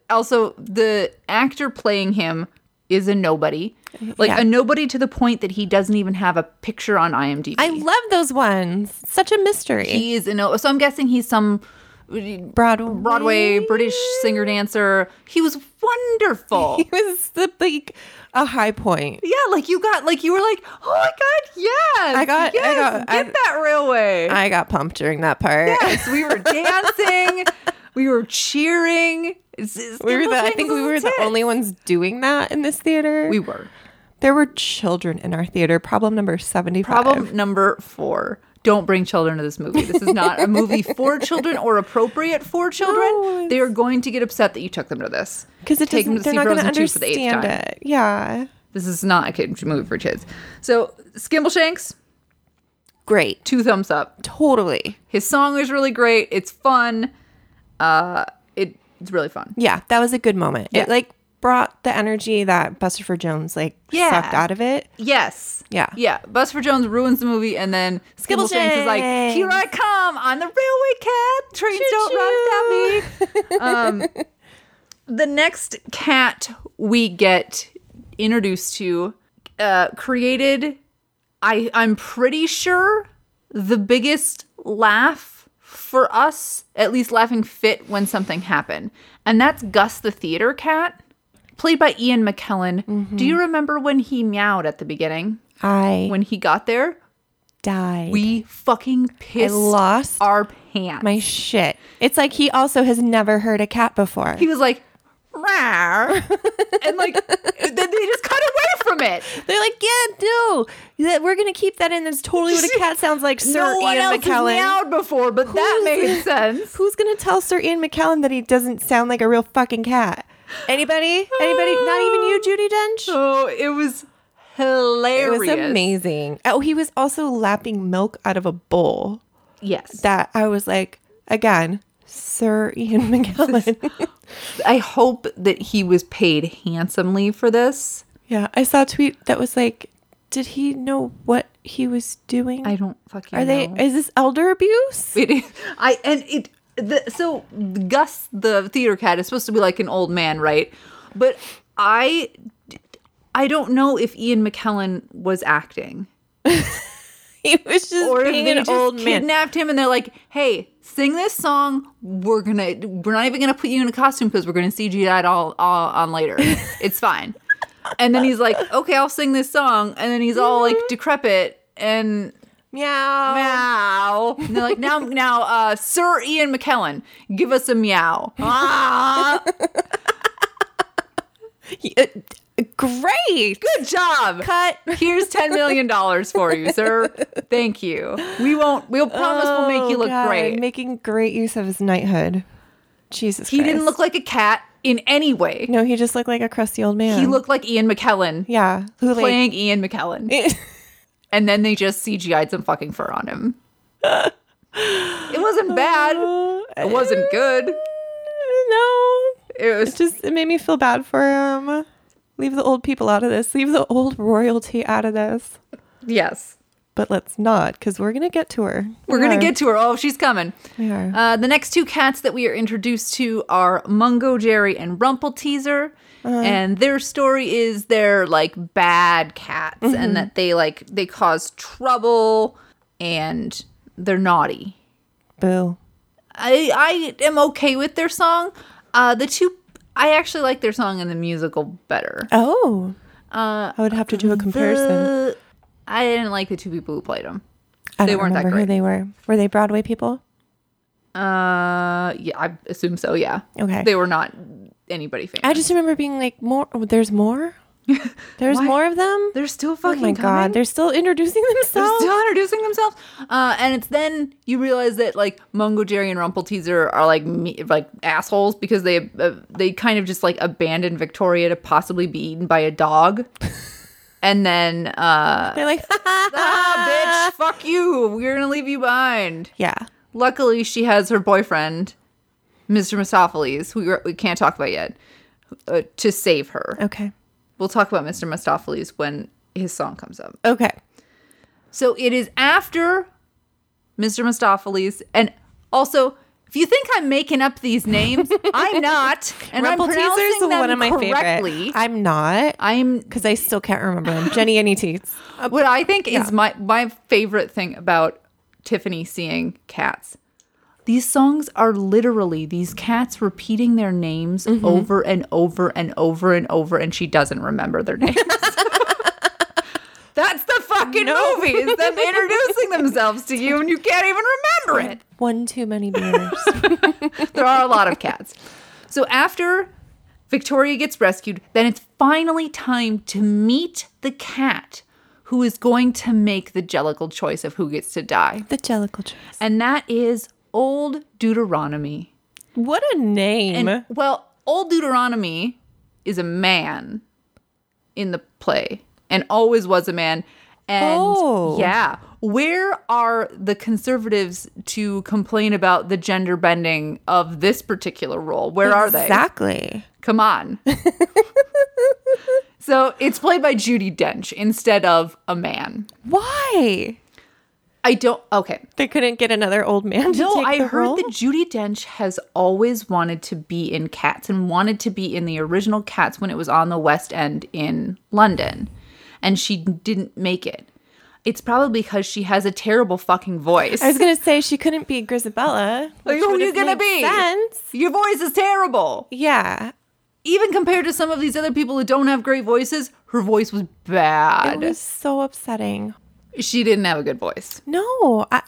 Speaker 2: also the actor playing him is a nobody. Like
Speaker 3: Yeah.
Speaker 2: a nobody to the point that he doesn't even have a picture on IMDb.
Speaker 3: I love those ones. Such a mystery.
Speaker 2: he is a no so I'm guessing he's some
Speaker 3: Broadway.
Speaker 2: Broadway British singer dancer. He was wonderful.
Speaker 3: He was the like a high point.
Speaker 2: yeah, like you got like you were like, "Oh my god, yes."
Speaker 3: I got- I
Speaker 2: yes,
Speaker 3: got-
Speaker 2: get
Speaker 3: I-
Speaker 2: that railway.
Speaker 3: I got pumped during that part.
Speaker 2: Yes, we were dancing. we were cheering. It's- it's-
Speaker 3: We were the, I
Speaker 2: Skimbleshanks
Speaker 3: think we
Speaker 2: is
Speaker 3: were the
Speaker 2: it.
Speaker 3: only ones doing that in this theater.
Speaker 2: We were.
Speaker 3: there were children in our theater. Problem number seventy five.
Speaker 2: Problem number four. Don't bring children to this movie. This is not a movie for children or appropriate for children.
Speaker 3: No,
Speaker 2: they are going to get upset that you took them to this.
Speaker 3: because it
Speaker 2: Take them to
Speaker 3: doesn't. They're
Speaker 2: see
Speaker 3: not going to
Speaker 2: Frozen 2 for the eighth
Speaker 3: understand
Speaker 2: time.
Speaker 3: it. Yeah.
Speaker 2: This is not a kid movie for kids. So Skimbleshanks,
Speaker 3: Great.
Speaker 2: two thumbs up.
Speaker 3: Totally.
Speaker 2: His song is really great. It's fun. Uh, it, it's really fun.
Speaker 3: Yeah, that was a good moment.
Speaker 2: Yeah.
Speaker 3: It like brought the energy that Buster for Jones like
Speaker 2: Yeah.
Speaker 3: sucked out of it.
Speaker 2: Yes.
Speaker 3: Yeah.
Speaker 2: Yeah. Buster Jones ruins the movie, and then Skimbleshanks is like,
Speaker 3: Skimbleshanks.
Speaker 2: "Here I come! I'm the railway cat. Trains don't run at me." um, the next cat we get introduced to, uh, created, I I'm pretty sure the biggest laugh for us, at least laughing fit when something happened, and that's Gus the theater cat. Played by Ian McKellen. Do you remember when he meowed at the beginning?
Speaker 3: I
Speaker 2: when he got there,
Speaker 3: died.
Speaker 2: we fucking pissed
Speaker 3: lost
Speaker 2: our pants.
Speaker 3: my shit. It's like he also has never heard a cat before.
Speaker 2: he was like, "Rawr," and like then they just cut away from it.
Speaker 3: They're like, yeah, no, that we're gonna keep that in. That's totally what a cat sounds like, Sir
Speaker 2: no one
Speaker 3: Ian
Speaker 2: else
Speaker 3: McKellen.
Speaker 2: has meowed before, but that
Speaker 3: Who's-
Speaker 2: made sense.
Speaker 3: Who's gonna tell Sir Ian McKellen that he doesn't sound like a real fucking cat? Anybody? Anybody? Not even you, Judy Dench.
Speaker 2: So it was
Speaker 3: It
Speaker 2: hilarious.
Speaker 3: was amazing. Oh, he was also lapping milk out of a bowl.
Speaker 2: Yes,
Speaker 3: That I was like, again, Sir Ian McKellen.
Speaker 2: I hope that he was paid handsomely for this.
Speaker 3: yeah, I saw a tweet that was like, did he know what he was doing?
Speaker 2: I don't fucking.
Speaker 3: Are they?
Speaker 2: know.
Speaker 3: Is this elder abuse?
Speaker 2: It is. I and it. The, so Gus, the theater cat, is supposed to be like an old man, right? But I, I don't know if Ian McKellen was acting
Speaker 3: He was just
Speaker 2: or if
Speaker 3: being
Speaker 2: they
Speaker 3: an
Speaker 2: just
Speaker 3: old man.
Speaker 2: kidnapped him and they're like, "Hey, sing this song. We're gonna. We're not even gonna put you in a costume because we're gonna CGI it all, all on later. It's fine." And then he's like, "Okay, I'll sing this song." And then he's all like decrepit and
Speaker 3: Meow.
Speaker 2: meow. And they're like, now, now, uh, Sir Ian McKellen, give us a meow. Ah,
Speaker 3: Uh, Great.
Speaker 2: good job.
Speaker 3: Cut.
Speaker 2: Here's ten million dollars for you, sir. Thank you. We won't. We'll promise we'll make you
Speaker 3: Oh,
Speaker 2: look
Speaker 3: God,
Speaker 2: great.
Speaker 3: Making great use of his knighthood. Jesus
Speaker 2: he didn't
Speaker 3: Christ.
Speaker 2: look like a cat in any way.
Speaker 3: No, he just looked like a crusty old man.
Speaker 2: He looked like Ian McKellen
Speaker 3: Yeah. Who like-
Speaker 2: playing Ian McKellen, and then they just CGI'd some fucking fur on him. It wasn't bad. It wasn't good.
Speaker 3: No.
Speaker 2: It was
Speaker 3: It just it made me feel bad for him. Leave the old people out of this. Leave the old royalty out of this.
Speaker 2: yes.
Speaker 3: But let's not, because we're gonna get to her.
Speaker 2: We're
Speaker 3: We
Speaker 2: gonna
Speaker 3: are.
Speaker 2: get to her. Oh, she's coming.
Speaker 3: We are.
Speaker 2: Uh, the next two cats that we are introduced to are Mungo Jerry and Rumple Teaser,
Speaker 3: Uh-huh.
Speaker 2: and their story is they're like bad cats,
Speaker 3: Mm-hmm.
Speaker 2: and that they like they cause trouble and they're naughty.
Speaker 3: Boo.
Speaker 2: I I am okay with their song. Uh, the two I actually like their song in the musical better.
Speaker 3: Oh. I would have to do a comparison.
Speaker 2: The- uh, I didn't like the two people who played them.
Speaker 3: I
Speaker 2: they
Speaker 3: don't
Speaker 2: weren't that
Speaker 3: remember who
Speaker 2: great.
Speaker 3: they were. Were they Broadway people?
Speaker 2: Uh, yeah, I assume so. Yeah.
Speaker 3: Okay.
Speaker 2: They were not anybody famous.
Speaker 3: I just remember being like, more. oh, There's more. There's
Speaker 2: Why-
Speaker 3: more of them.
Speaker 2: They're still
Speaker 3: Oh
Speaker 2: fucking
Speaker 3: my god,
Speaker 2: coming?
Speaker 3: they're still introducing
Speaker 2: They're
Speaker 3: themselves.
Speaker 2: still introducing themselves. Uh, and it's then you realize that like Mungo Jerry and Rumple Teaser are like me- like assholes because they uh, they kind of just like abandon Victoria to possibly be eaten by a dog. and then uh
Speaker 3: they're like,
Speaker 2: ah bitch, fuck you. We're going to leave you behind.
Speaker 3: yeah.
Speaker 2: Luckily she has her boyfriend Mr. Mistopheles, who we, we can't talk about yet, uh, to save her.
Speaker 3: Okay.
Speaker 2: We'll talk about Mr. Mistopheles when his song comes up.
Speaker 3: Okay.
Speaker 2: So it is after Mr. Mistopheles. And also, if you think I'm making up these names, I'm not. And I'm
Speaker 3: Rumpelteazer
Speaker 2: pronouncing
Speaker 3: is
Speaker 2: them
Speaker 3: one of my
Speaker 2: correctly.
Speaker 3: favorite. I'm not
Speaker 2: I'm
Speaker 3: because I still can't remember them. Jenny E Any Teats.
Speaker 2: what I think is my my favorite thing about Tiffany seeing cats. These songs are literally these cats repeating their names over and over and over and over, and she doesn't remember their names. That's the fucking movie. Is them introducing themselves to you, and you can't even remember it
Speaker 3: One too many beers.
Speaker 2: there are a lot of cats. So after Victoria gets rescued, then it's finally time to meet the cat who is going to make the jellical choice of who gets to die.
Speaker 3: the Jellicle Choice.
Speaker 2: And that is Old Deuteronomy.
Speaker 3: What a name.
Speaker 2: And well, Old Deuteronomy is a man in the play and always was a man. And
Speaker 3: Oh.
Speaker 2: yeah, where are the conservatives to complain about the gender bending of this particular role? Where are they?
Speaker 3: Exactly.
Speaker 2: Come on. so it's played by Judy Dench instead of a man.
Speaker 3: Why?
Speaker 2: I don't. Okay.
Speaker 3: They couldn't get another old man to
Speaker 2: No,
Speaker 3: take
Speaker 2: I
Speaker 3: the
Speaker 2: heard
Speaker 3: role?
Speaker 2: that Judy Dench has always wanted to be in Cats and wanted to be in the original Cats when it was on the West End in London, and she didn't make it. It's probably because she has a terrible fucking voice.
Speaker 3: I was going to say she couldn't be Grisabella.
Speaker 2: Like,
Speaker 3: which
Speaker 2: who are
Speaker 3: would
Speaker 2: you
Speaker 3: have
Speaker 2: gonna
Speaker 3: made
Speaker 2: be?
Speaker 3: Sense.
Speaker 2: Your voice is terrible.
Speaker 3: Yeah.
Speaker 2: Even compared to some of these other people who don't have great voices, her voice was bad.
Speaker 3: It was so upsetting.
Speaker 2: she didn't have a good voice.
Speaker 3: No. I,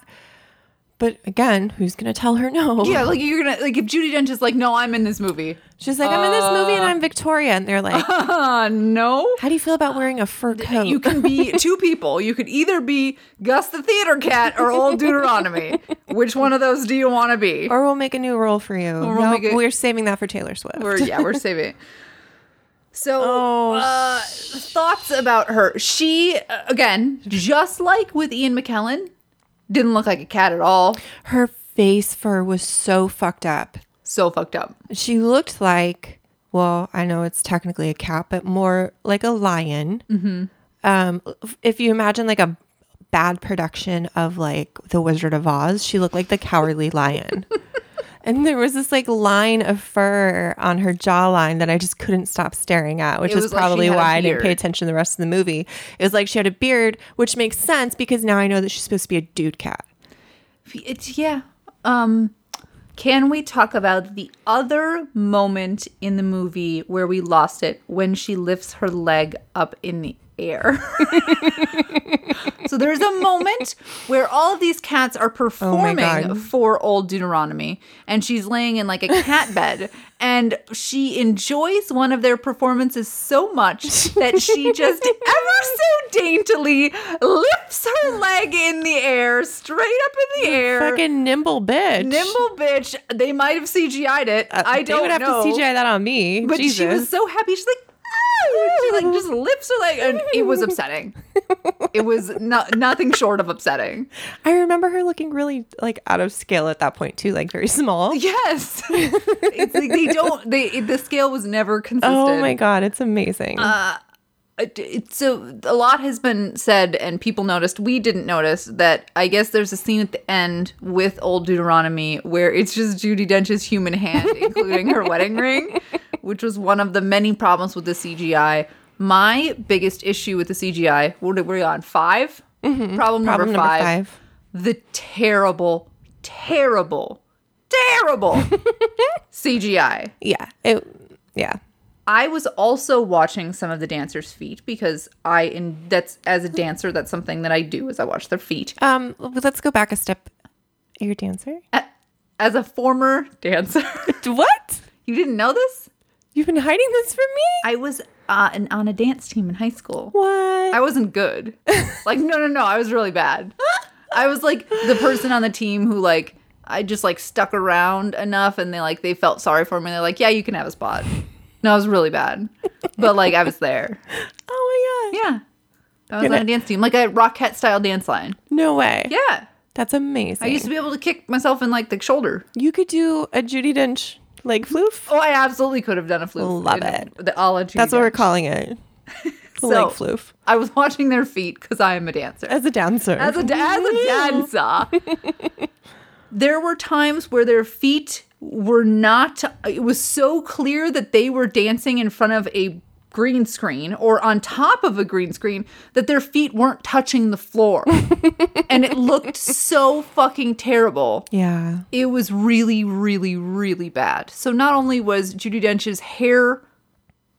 Speaker 3: but again, who's going to tell her no?
Speaker 2: Yeah, like you're gonna like if Judy Dench is like, no, I'm in this movie.
Speaker 3: She's like, I'm in this movie and I'm Victoria. And they're like,
Speaker 2: Uh no.
Speaker 3: how do you feel about wearing a fur coat?
Speaker 2: You can be two people. You could either be Gus the theater cat or old Deuteronomy. Which one of those do you want to be?
Speaker 3: or we'll make a new role for you.
Speaker 2: we'll
Speaker 3: no,
Speaker 2: make it-
Speaker 3: we're saving that for Taylor Swift.
Speaker 2: We're, yeah, we're saving. it. So,
Speaker 3: Oh,
Speaker 2: uh, thoughts about her. She uh, again, just like with Ian McKellen, didn't look like a cat at all.
Speaker 3: Her face fur was so fucked up.
Speaker 2: So fucked up.
Speaker 3: She looked like, well, I know it's technically a cat, but more like a lion. Mm-hmm. Um, if you imagine like a bad production of like The Wizard of Oz, she looked like the cowardly lion. And there was this like line of fur on her jawline that I just couldn't stop staring at, which
Speaker 2: It
Speaker 3: is
Speaker 2: was like she
Speaker 3: probably
Speaker 2: had a
Speaker 3: why I didn't pay
Speaker 2: beard.
Speaker 3: attention to the rest of the movie. It was like she had a beard, which makes sense because now I know that she's supposed to be a dude cat.
Speaker 2: It's yeah. Um can we talk about the other moment in the movie where we lost it when she lifts her leg up in the air? so there's a moment where all of these cats are performing
Speaker 3: God.
Speaker 2: for old Deuteronomy and she's laying in like a cat bed and she enjoys one of their performances so much that she just ever so daintily lifts her leg in the air straight up in the air
Speaker 3: Fucking nimble bitch.
Speaker 2: nimble bitch they might have CGI'd it I
Speaker 3: Uh, they
Speaker 2: don't
Speaker 3: would have
Speaker 2: know
Speaker 3: to CGI that on me.
Speaker 2: but
Speaker 3: Jesus.
Speaker 2: she was so happy she's like "Ah!" she like just lifts her leg and it was upsetting it was no- nothing short of upsetting
Speaker 3: I remember her looking really like out of scale at that point too, like very small.
Speaker 2: Yes. it's like they don't they the scale was never consistent.
Speaker 3: Oh my god, it's amazing.
Speaker 2: Uh, It- it- So a lot has been said and people noticed we didn't notice that I guess there's a scene at the end with old Deuteronomy where it's just Judy Dench's human hand including her wedding ring, which was one of the many problems with the CGI. My biggest issue with the CGI, what are we on? 5 Problem, number,
Speaker 3: Problem number
Speaker 2: five,
Speaker 3: five.
Speaker 2: The terrible, terrible, terrible CGI.
Speaker 3: yeah. It yeah.
Speaker 2: I was also watching some of the dancers' feet because I in that's as a dancer that's something that I do is I watch their feet.
Speaker 3: Um let's go back a step. You're a dancer?
Speaker 2: A- As a former dancer,
Speaker 3: What?
Speaker 2: you didn't know this?
Speaker 3: You've been hiding this from me?
Speaker 2: I was uh, an, on a dance team in high school.
Speaker 3: What?
Speaker 2: I wasn't good. Like no no no, I was really bad. I was like the person on the team who like I just like stuck around enough and they like they felt sorry for me. They're like, "Yeah, you can have a spot." No, I was really bad. But like I was there.
Speaker 3: oh my god.
Speaker 2: Yeah. I was on a dance team, like a Rockette style dance line.
Speaker 3: No way.
Speaker 2: Yeah.
Speaker 3: That's amazing.
Speaker 2: I used to be able to kick myself in like the shoulder.
Speaker 3: you could do a Judy Dench leg floof.
Speaker 2: Oh, I absolutely could have done a fluke.
Speaker 3: Love
Speaker 2: in
Speaker 3: it.
Speaker 2: The ala Judy
Speaker 3: That's what we're
Speaker 2: Dench.
Speaker 3: calling it. A leg floof.
Speaker 2: I was watching their feet because I am a dancer.
Speaker 3: As a dancer.
Speaker 2: As a, as a dancer, there were times where their feet were not, it was so clear that they were dancing in front of a green screen or on top of a green screen that their feet weren't touching the floor. and it looked so fucking terrible.
Speaker 3: yeah.
Speaker 2: It was really, really, really bad. So not only was Judy Dench's hair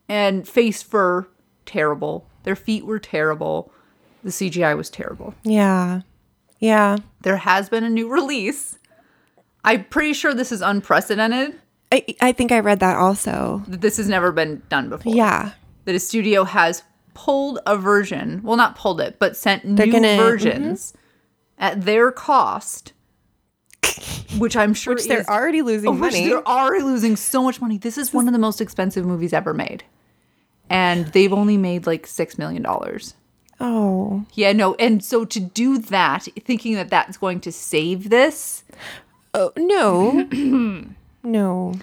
Speaker 2: and face fur terrible, their feet were terrible, the CGI was terrible.
Speaker 3: Yeah. Yeah.
Speaker 2: There has been a new release. I'm pretty sure this is unprecedented.
Speaker 3: I, I think I read that also.
Speaker 2: That this has never been done before.
Speaker 3: Yeah.
Speaker 2: That a studio has pulled a version, well, not pulled it, but sent new
Speaker 3: gonna- mm-hmm.
Speaker 2: versions at their cost, which I'm sure
Speaker 3: Which they're
Speaker 2: is-
Speaker 3: already losing
Speaker 2: Oh, which
Speaker 3: money.
Speaker 2: they're already losing so much money. This is one of the most expensive movies ever made. And they've only made like $6 million.
Speaker 3: oh.
Speaker 2: Yeah, no. And so to do that, thinking that that's going to save this,
Speaker 3: Oh no. no.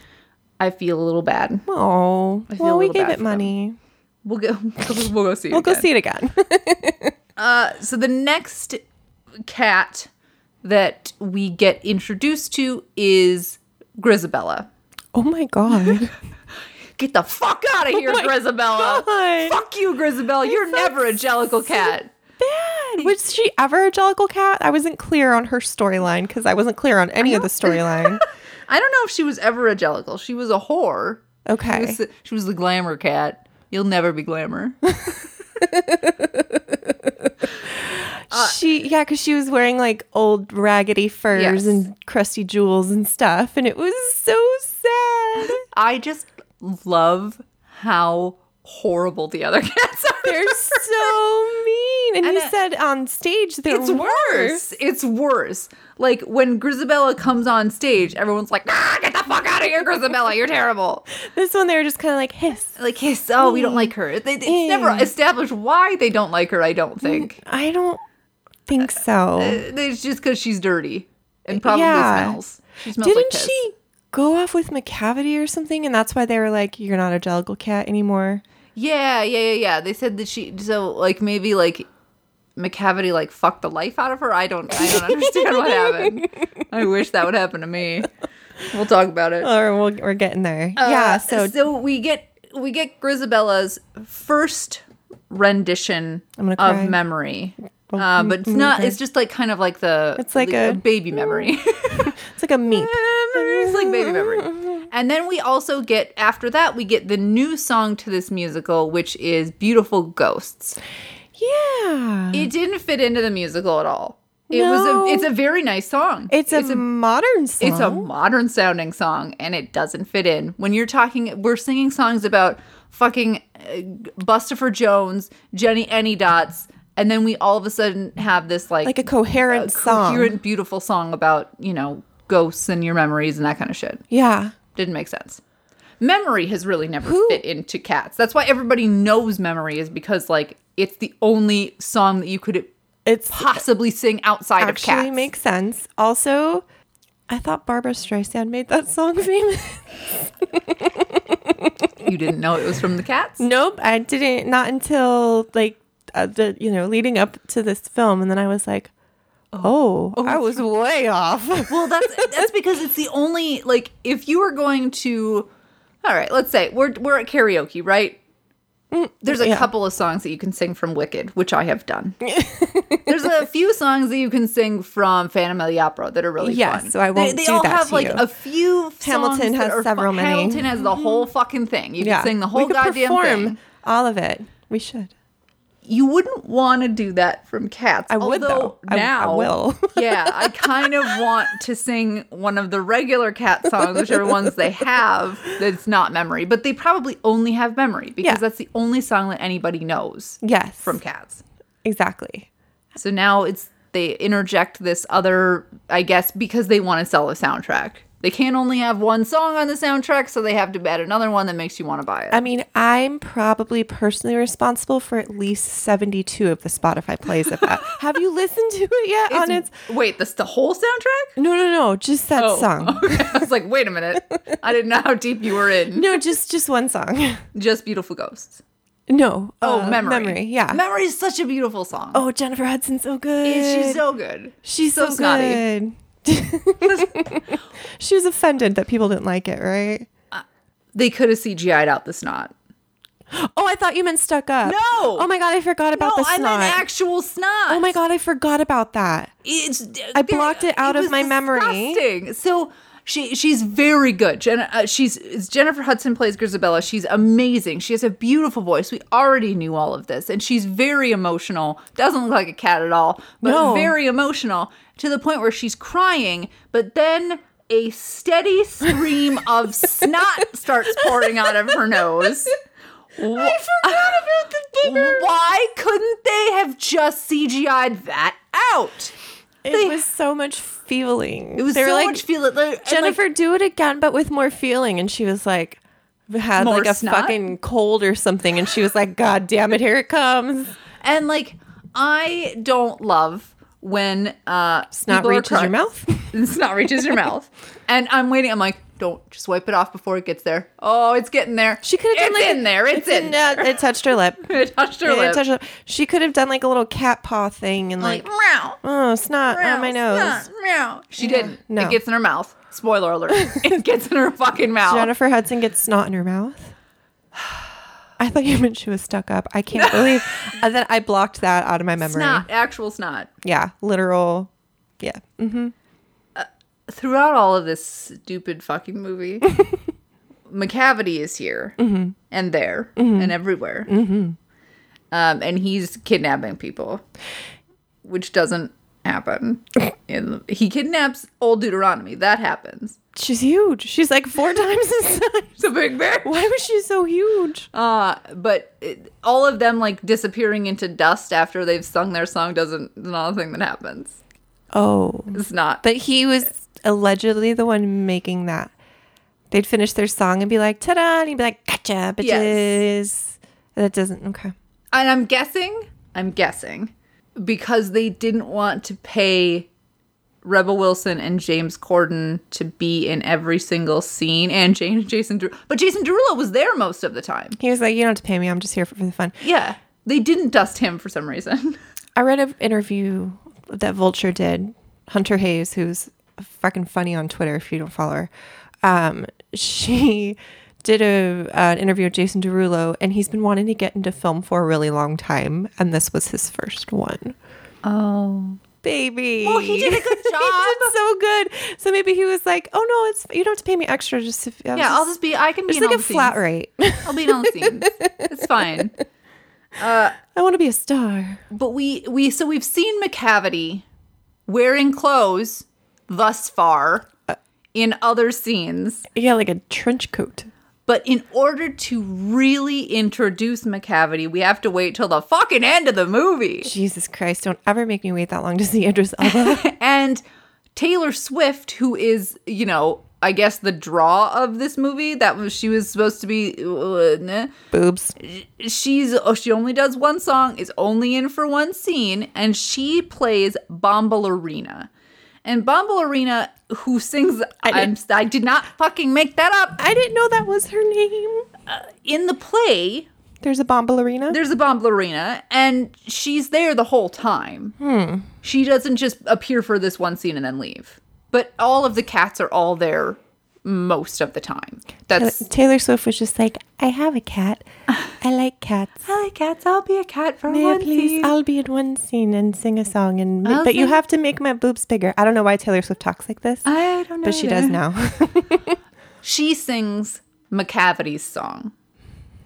Speaker 2: I feel a little bad.
Speaker 3: Oh.
Speaker 2: feel a
Speaker 3: Well, we
Speaker 2: little
Speaker 3: gave
Speaker 2: bad
Speaker 3: it
Speaker 2: for them.
Speaker 3: money.
Speaker 2: We'll go. We'll go see. it
Speaker 3: We'll go
Speaker 2: again.
Speaker 3: see it again.
Speaker 2: So the next cat that we get introduced to is Grisabella.
Speaker 3: oh my god.
Speaker 2: Get the fuck out of here,
Speaker 3: Oh my
Speaker 2: Grisabella!
Speaker 3: God.
Speaker 2: Fuck you, Grisabella. You're never a Jellicle cat.
Speaker 3: Bad. Was she ever a Jellicle cat? I wasn't clear on her storyline because I wasn't clear on any of the storyline.
Speaker 2: I don't know if she was ever a Jellicle. She was a whore. She
Speaker 3: Okay.
Speaker 2: was, the, she was the glamour cat. You'll never be glamour. uh,
Speaker 3: she yeah, because she was wearing like old raggedy furs
Speaker 2: Yes.
Speaker 3: and crusty jewels and stuff, and it was so sad.
Speaker 2: I just love how horrible the other cats are.
Speaker 3: They're so mean. And,
Speaker 2: And
Speaker 3: you
Speaker 2: it-
Speaker 3: said on stage they're
Speaker 2: It's worse. It's worse. Like when Grisabella comes on stage, everyone's like, ah, get the fuck out of here, Grisabella. You're terrible.
Speaker 3: This one they were just kind of like hiss.
Speaker 2: Like, hiss, oh, we don't like her. They, they- it's never
Speaker 3: Mm.
Speaker 2: established why they don't like her, I don't think.
Speaker 3: I don't think
Speaker 2: Uh,
Speaker 3: so.
Speaker 2: It's just because she's dirty and probably
Speaker 3: Mm. Yeah.
Speaker 2: smells. She smells like
Speaker 3: Didn't
Speaker 2: piss.
Speaker 3: she go off with McCavity or something? And that's why they were like, "You're not a Jellicle cat anymore."
Speaker 2: Yeah, yeah, yeah, yeah. They said that she, so like maybe like McCavity like fucked the life out of her. I don't, I don't understand what happened. I wish that would happen to me. We'll talk about it.
Speaker 3: Or we'll, we're getting there. yeah.
Speaker 2: Uh,
Speaker 3: So
Speaker 2: we get we get Grisabella's first rendition
Speaker 3: I'm gonna cry.
Speaker 2: of memory. Uh, but it's not. It's just like kind of like the.
Speaker 3: It's like
Speaker 2: the-
Speaker 3: a-
Speaker 2: baby memory.
Speaker 3: it's like a meep.
Speaker 2: it's like baby memory. And then we also get after that we get the new song to this musical, which is "Beautiful Ghosts."
Speaker 3: Yeah.
Speaker 2: It didn't fit into the musical at all. It was
Speaker 3: No.
Speaker 2: a. It's a very nice song.
Speaker 3: It's, a, modern song.
Speaker 2: It's a modern sounding song and it doesn't fit in. When you're talking, we're singing songs about fucking uh, Bustopher Jones, Jenny Anydots, and then we all of a sudden have this like,
Speaker 3: like a coherent song.
Speaker 2: coherent, beautiful song about, you know, ghosts and your memories and that kind of shit.
Speaker 3: Yeah.
Speaker 2: Didn't make sense. Memory has really never fit into cats. That's why everybody knows memory is because like it's the only song that you could
Speaker 3: It's
Speaker 2: possibly sing outside of
Speaker 3: actually
Speaker 2: cats.
Speaker 3: makes sense. Also, I thought Barbara Streisand made that song famous.
Speaker 2: you didn't know it was from the cats?
Speaker 3: nope, I didn't. Not until like uh, the you know leading up to this film, and then I was like, oh, I was way off.
Speaker 2: Well, that's that's because it's the only like if you were going to, all right, let's say we're we're at karaoke, right? There's a
Speaker 3: Mm, yeah.
Speaker 2: couple of songs that you can sing from Wicked, which I have done. There's a few songs that you can sing from Phantom of the Opera that are really
Speaker 3: Yes,
Speaker 2: fun.
Speaker 3: so I won't
Speaker 2: They, they
Speaker 3: do
Speaker 2: all
Speaker 3: that
Speaker 2: have
Speaker 3: to
Speaker 2: like
Speaker 3: you.
Speaker 2: a few. songs
Speaker 3: Hamilton
Speaker 2: that
Speaker 3: has
Speaker 2: are
Speaker 3: several many. Mm-hmm.
Speaker 2: Hamilton has the whole fucking thing. You
Speaker 3: yeah,
Speaker 2: can sing the whole
Speaker 3: we could
Speaker 2: goddamn
Speaker 3: perform
Speaker 2: thing.
Speaker 3: all of it. We should.
Speaker 2: You wouldn't want to do that from Cats. I
Speaker 3: would, though. I- I
Speaker 2: Now
Speaker 3: will.
Speaker 2: yeah, I kind of want to sing one of the regular cat songs, whichever ones they have that's not memory, but they probably only have memory because
Speaker 3: Yeah.
Speaker 2: that's the only song that anybody knows
Speaker 3: Yes,
Speaker 2: from cats.
Speaker 3: exactly.
Speaker 2: So now it's they interject this other, I guess, because they want to sell a soundtrack. They can only have one song on the soundtrack, so they have to add another one that makes you want to buy it.
Speaker 3: I mean, I'm probably personally responsible for at least 72 of the Spotify plays of that. Have you listened to it yet? on its
Speaker 2: Wait, that's the whole soundtrack?
Speaker 3: no, no, no, just that song.
Speaker 2: Oh, Okay. I was like, wait a minute. I didn't know how deep you were in.
Speaker 3: No, just just one song.
Speaker 2: Just Beautiful Ghosts.
Speaker 3: No.
Speaker 2: Oh,
Speaker 3: uh,
Speaker 2: Memory.
Speaker 3: Memory. Yeah.
Speaker 2: Memory is such a beautiful song.
Speaker 3: oh, Jennifer Hudson's so good.
Speaker 2: she's so good.
Speaker 3: She's so,
Speaker 2: so snotty.
Speaker 3: good. she was offended that people didn't like it, right?
Speaker 2: They could have CGI'd out the snot.
Speaker 3: Oh, I thought you meant stuck up.
Speaker 2: No!
Speaker 3: Oh my god, I forgot about the snot.
Speaker 2: actual snot.
Speaker 3: oh my god, I forgot about that.
Speaker 2: it's uh,
Speaker 3: I blocked it out of
Speaker 2: was
Speaker 3: my memory.
Speaker 2: disgusting. So she she's very good. Jen, uh, she's it's Jennifer Hudson plays Grisabella. She's amazing. She has a beautiful voice. We already knew all of this, and she's very emotional. Doesn't look like a cat at all, but
Speaker 3: No.
Speaker 2: very emotional to the point where she's crying. But then. A steady stream of snot starts pouring out of her nose. I forgot about the booger. Why couldn't they have just CGI'd that out?
Speaker 3: It was so much feeling.
Speaker 2: It was
Speaker 3: they were
Speaker 2: so
Speaker 3: like,
Speaker 2: much feeling. Like,
Speaker 3: Jennifer, do it again, but with more feeling. And she was like, had
Speaker 2: More
Speaker 3: like a
Speaker 2: snot?
Speaker 3: fucking cold or something. And she was like, God damn it, here it comes.
Speaker 2: and like, I don't love when uh,
Speaker 3: Snot
Speaker 2: people are
Speaker 3: reaches your
Speaker 2: crying-
Speaker 3: mouth.
Speaker 2: snot reaches your mouth, and I'm waiting. I'm like, don't just wipe it off before it gets there. Oh, it's getting there.
Speaker 3: She could have done
Speaker 2: It's
Speaker 3: like
Speaker 2: in there. It's, in. there.
Speaker 3: uh, it touched her lip.
Speaker 2: It touched her
Speaker 3: It
Speaker 2: lip.
Speaker 3: touched her- She could have done like a little cat paw thing and
Speaker 2: like
Speaker 3: like,
Speaker 2: meow.
Speaker 3: oh, snot on my nose.
Speaker 2: Snot, meow. She didn't.
Speaker 3: No.
Speaker 2: It gets in her mouth. Spoiler alert. it gets in her fucking mouth.
Speaker 3: Jennifer Hudson gets snot in her mouth. I thought you meant she was stuck up. I can't believe. And then I blocked that out of my memory.
Speaker 2: snot. Actual snot.
Speaker 3: Yeah, literal. Yeah.
Speaker 2: throughout all of this stupid fucking movie, McCavity is here and there and everywhere. Um, and he's kidnapping people, which doesn't happen. in, he kidnaps old Deuteronomy. That happens.
Speaker 3: She's huge. She's like four times his size.
Speaker 2: It's a big bear.
Speaker 3: Why was she so huge?
Speaker 2: Uh, but it, all of them like disappearing into dust after they've sung their song doesn't, is not a thing that happens.
Speaker 3: Oh.
Speaker 2: It's not.
Speaker 3: But he was allegedly the one making that. They'd finish their song and be like, ta da! And he'd be like, gotcha, bitches. That doesn't, okay.
Speaker 2: And I'm guessing, I'm guessing, because they didn't want to pay Rebel Wilson and James Corden to be in every single scene, and Jane, Jason Derulo. But Jason Derulo was there most of the time.
Speaker 3: He was like, you don't have to pay me. I'm just here for, for the fun.
Speaker 2: Yeah, they didn't dust him for some reason.
Speaker 3: I read an interview that Vulture did, Hunter Hayes, who's fucking funny on Twitter if you don't follow her. Um, she did a, an interview with Jason Derulo, and he's been wanting to get into film for a really long time, and this was his first one.
Speaker 2: Oh,
Speaker 3: Baby.
Speaker 2: well, he did a good job.
Speaker 3: It's so good. So maybe he was like, "Oh no, it's you don't have to pay me extra. Just if, I was
Speaker 2: yeah, I'll just be. I can be
Speaker 3: It's
Speaker 2: in
Speaker 3: like
Speaker 2: all
Speaker 3: a
Speaker 2: the
Speaker 3: flat
Speaker 2: scenes.
Speaker 3: rate.
Speaker 2: I'll be in all the scenes. It's fine.
Speaker 3: I want to be a star.
Speaker 2: But we we so we've seen McCavity wearing clothes thus far in other scenes.
Speaker 3: Yeah, like a trench coat.
Speaker 2: But in order to really introduce McCavity, we have to wait till the fucking end of the movie.
Speaker 3: Jesus Christ! Don't ever make me wait that long to see Idris Elba.
Speaker 2: And Taylor Swift, who is, you know, I guess the draw of this movie, that was she was supposed to be. uh, nah.
Speaker 3: Boobs.
Speaker 2: She's oh, she only does one song, is only in for one scene, and she plays Bombalarina. And Bombalarina, who sings, I, I'm, I did not fucking make that up.
Speaker 3: I didn't know that was her name.
Speaker 2: In the play,
Speaker 3: There's a bombalarina.
Speaker 2: there's a Bomblerina, and she's there the whole time. She doesn't just appear for this one scene and then leave. But all of the cats are all there most of the time. That's
Speaker 3: Taylor Swift was just like, I have a cat. I like cats.
Speaker 2: I like cats. I'll be a cat for
Speaker 3: May I please? I'll be in one scene and sing a song, and
Speaker 2: I'll
Speaker 3: but you
Speaker 2: sing-
Speaker 3: have to make my boobs bigger. I don't know why Taylor Swift talks like this,
Speaker 2: I don't know.
Speaker 3: but she does
Speaker 2: either.
Speaker 3: now.
Speaker 2: She sings McCavity's song.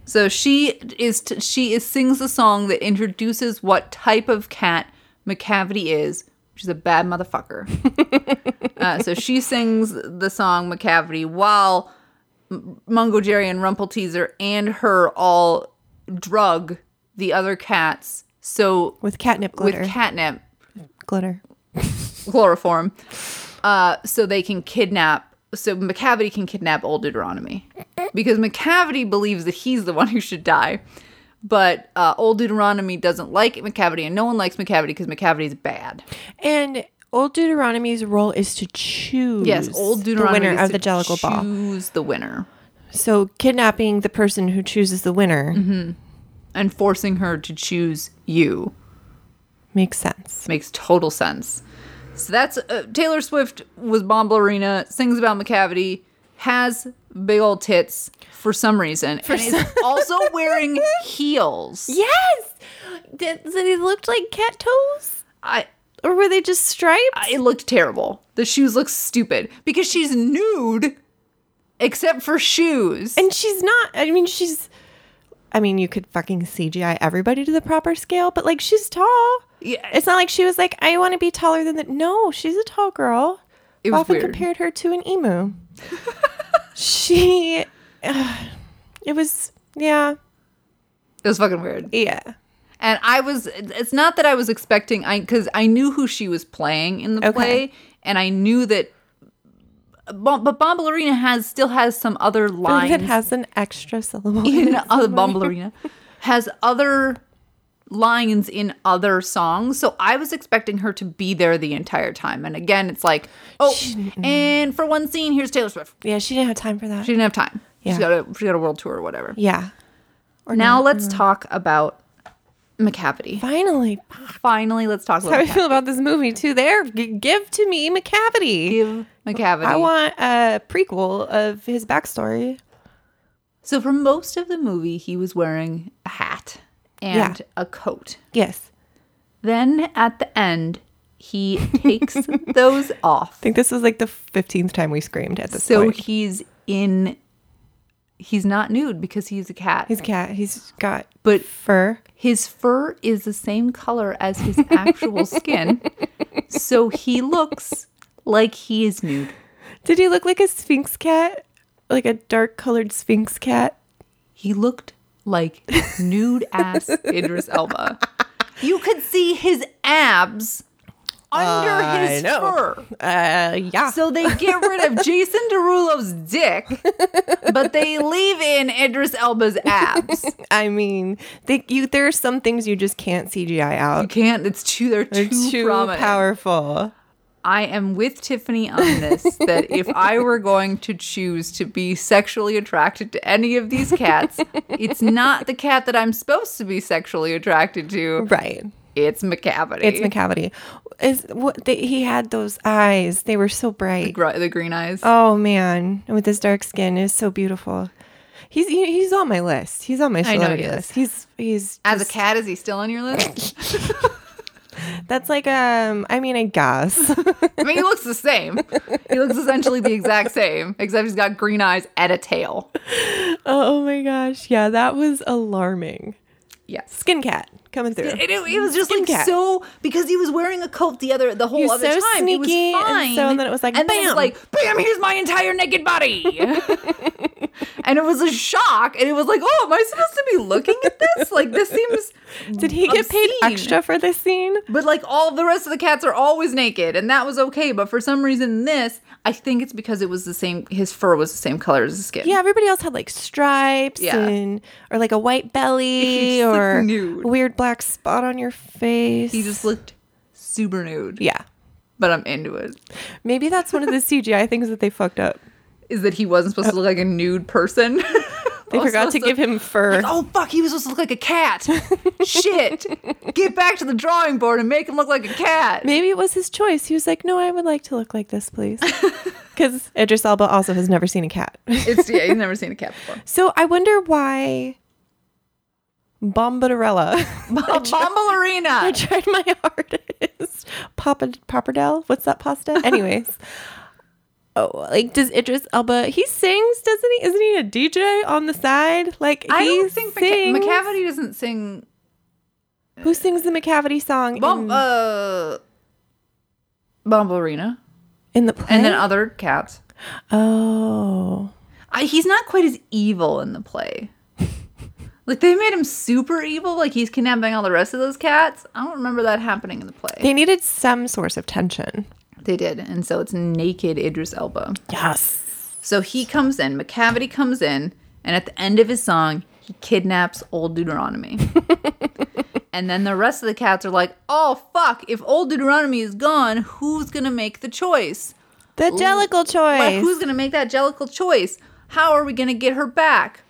Speaker 2: So she is t- she is sings the song that introduces what type of cat McCavity is. She's a bad motherfucker. uh, so she sings the song McCavity while M- Mungo Jerry and Rumpelteazer and her all drug the other cats. So
Speaker 3: with catnip glitter.
Speaker 2: with catnip
Speaker 3: glitter.
Speaker 2: chloroform, uh, so they can kidnap so McCavity can kidnap old Deuteronomy because McCavity believes that he's the one who should die. But uh, old Deuteronomy doesn't like McCavity, and no one likes McCavity because McCavity's bad.
Speaker 3: And Old Deuteronomy's role is to choose.
Speaker 2: Yes, old Deuteronomy
Speaker 3: the winner
Speaker 2: gets
Speaker 3: of
Speaker 2: to
Speaker 3: the Jellicle Ball.
Speaker 2: choose the winner
Speaker 3: So kidnapping the person who chooses the winner
Speaker 2: Mm-hmm. and forcing her to choose you.
Speaker 3: makes sense.
Speaker 2: makes total sense. So that's uh, Taylor Swift was Bombalina, sings about McCavity, has big old tits for some reason, and is also wearing heels.
Speaker 3: Yes, did, did they looked like cat toes,
Speaker 2: I,
Speaker 3: or were they just striped?
Speaker 2: it looked terrible. The shoes look stupid because she's nude, except for shoes.
Speaker 3: and she's not. I mean, she's. I mean, you could fucking CGI everybody to the proper scale, but like she's tall.
Speaker 2: Yeah.
Speaker 3: it's not like she was like, I want to be taller than that. No, she's a tall girl.
Speaker 2: It
Speaker 3: I've
Speaker 2: was
Speaker 3: often
Speaker 2: weird.
Speaker 3: compared her to an emu. she, ugh, it was yeah,
Speaker 2: it was fucking weird.
Speaker 3: yeah.
Speaker 2: And I was, it's not that I was expecting, I because I knew who she was playing in the
Speaker 3: Okay.
Speaker 2: play, and I knew that. Bom- But Bombalurina has still has some other
Speaker 3: Like, That
Speaker 2: lines
Speaker 3: has an extra syllable.
Speaker 2: in
Speaker 3: in it
Speaker 2: other
Speaker 3: somewhere.
Speaker 2: Bombalurina has other lines in other songs. So I was expecting her to be there the entire time. And again, it's like, oh, and for one scene, here's Taylor Swift.
Speaker 3: Yeah, she didn't have time for that.
Speaker 2: She didn't have time. She's
Speaker 3: Yeah.
Speaker 2: got a she got a world tour or whatever.
Speaker 3: yeah,
Speaker 2: now let's
Speaker 3: Mm.
Speaker 2: talk about McCavity.
Speaker 3: finally.
Speaker 2: Finally, let's talk
Speaker 3: How
Speaker 2: about
Speaker 3: I
Speaker 2: McCavity.
Speaker 3: feel about this movie too. There, G- give to me McCavity.
Speaker 2: Give McCavity.
Speaker 3: I want a prequel of his backstory.
Speaker 2: so for most of the movie, he was wearing a hat and
Speaker 3: Yeah.
Speaker 2: a coat.
Speaker 3: Yes,
Speaker 2: Then at the end, he takes those off.
Speaker 3: I think this was like the fifteenth time we screamed at this
Speaker 2: So
Speaker 3: point.
Speaker 2: he's in. He's not nude because he's a cat.
Speaker 3: He's a cat. He's got
Speaker 2: But-
Speaker 3: fur.
Speaker 2: his fur is the same color as his actual skin, so he looks like he is nude.
Speaker 3: Did he look like a sphinx cat? Like a dark colored sphinx cat?
Speaker 2: He looked like nude ass Idris Elba. You could see his abs under
Speaker 3: I
Speaker 2: his
Speaker 3: know.
Speaker 2: fur.
Speaker 3: Uh, yeah.
Speaker 2: So they get rid of Jason Derulo's dick, but they leave in Idris Elba's abs.
Speaker 3: I mean, they, you, there are some things you just can't CGI
Speaker 2: You
Speaker 3: out.
Speaker 2: can't. It's too. They're
Speaker 3: They're
Speaker 2: too,
Speaker 3: too,
Speaker 2: prominent.
Speaker 3: powerful.
Speaker 2: I am with Tiffany on this. that if I were going to choose to be sexually attracted to any of these cats, it's not the cat that I'm supposed to be sexually attracted to.
Speaker 3: Right.
Speaker 2: It's McCavity.
Speaker 3: It's McCavity. Is what they, he had those eyes. They were so bright.
Speaker 2: Gr- the green eyes.
Speaker 3: Oh man, And with his dark skin, it was so beautiful. He's he, he's on my list. He's on my
Speaker 2: I know
Speaker 3: celebrity
Speaker 2: he is.
Speaker 3: list. He's he's
Speaker 2: As a
Speaker 3: just-
Speaker 2: cat, is he still on your list?
Speaker 3: That's like um. I mean, I guess.
Speaker 2: I mean, he looks the same. He looks essentially the exact same, except he's got green eyes and a tail.
Speaker 3: oh my gosh, yeah, that was alarming.
Speaker 2: Yes.
Speaker 3: Skin cat coming through.
Speaker 2: It, it, it was just
Speaker 3: Skin
Speaker 2: like
Speaker 3: cat.
Speaker 2: so because he was wearing a coat the other the whole
Speaker 3: He was
Speaker 2: other
Speaker 3: so
Speaker 2: time.
Speaker 3: sneaky,
Speaker 2: it was
Speaker 3: and
Speaker 2: fine.
Speaker 3: so then it was like,
Speaker 2: and then it was
Speaker 3: bam.
Speaker 2: like bam, here's my entire naked body. and it was a shock, and it was like, oh, am I supposed to be looking at this? Like this seems.
Speaker 3: Did he get paid
Speaker 2: obscene.
Speaker 3: extra for this scene?
Speaker 2: But like all the rest of the cats are always naked, and that was okay. But for some reason, this I think it's because it was the same. His fur was the same color as his skin.
Speaker 3: Yeah, everybody else had like stripes
Speaker 2: Yeah.
Speaker 3: and or like a white belly
Speaker 2: He's, like,
Speaker 3: or
Speaker 2: nude.
Speaker 3: weird black spot on your face.
Speaker 2: he just looked super nude.
Speaker 3: yeah.
Speaker 2: but I'm into it.
Speaker 3: Maybe that's one of the CGI things that they fucked up.
Speaker 2: Is that he wasn't supposed to look like a nude person?
Speaker 3: They forgot to give him fur.
Speaker 2: Like, oh fuck, he was supposed to look like a cat. Shit. Get back to the drawing board and make him look like a cat.
Speaker 3: Maybe it was his choice. He was like, "No, I would like to look like this, please." Because Idris Elba also has never seen a cat.
Speaker 2: It's yeah, he's never seen a cat before.
Speaker 3: so I wonder why Bombarella. I
Speaker 2: Bombalarina.
Speaker 3: tried my hardest. Papa Pappardelle? What's that pasta? Anyways. Oh, like does Idris Elba? He sings, doesn't he? Isn't he a DJ on the side? Like
Speaker 2: I
Speaker 3: he
Speaker 2: don't think McCa-
Speaker 3: sings.
Speaker 2: McCavity doesn't sing
Speaker 3: Who sings the McCavity song
Speaker 2: Bom
Speaker 3: in,
Speaker 2: uh Bombalarina
Speaker 3: in the play?
Speaker 2: and then uh, other cats.
Speaker 3: oh,
Speaker 2: I, he's not quite as evil in the play. Like they made him super evil, like he's kidnapping all the rest of those cats. I don't remember that happening in the play.
Speaker 3: they needed some source of tension.
Speaker 2: They did. And so it's naked Idris Elba.
Speaker 3: Yes.
Speaker 2: So he comes in, McCavity comes in, and at the end of his song, he kidnaps old Deuteronomy. and then the rest of the cats are like, oh, fuck, if old Deuteronomy is gone, who's going to make the choice?
Speaker 3: The Jellicle choice.
Speaker 2: Like, who's going to make that jellicle choice? How are we going to get her back?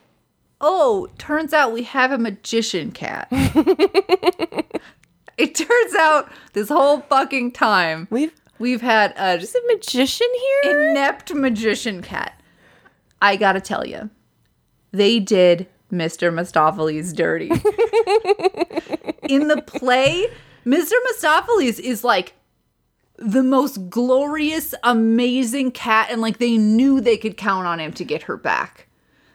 Speaker 2: Oh, turns out we have a magician cat. it turns out this whole fucking time
Speaker 3: We've-
Speaker 2: we've had a
Speaker 3: Is a magician here?
Speaker 2: inept magician cat. I gotta tell you, they did Mr. Mistopheles dirty. In the play, Mr. Mistopheles is like the most glorious, amazing cat, and like they knew they could count on him to get her back.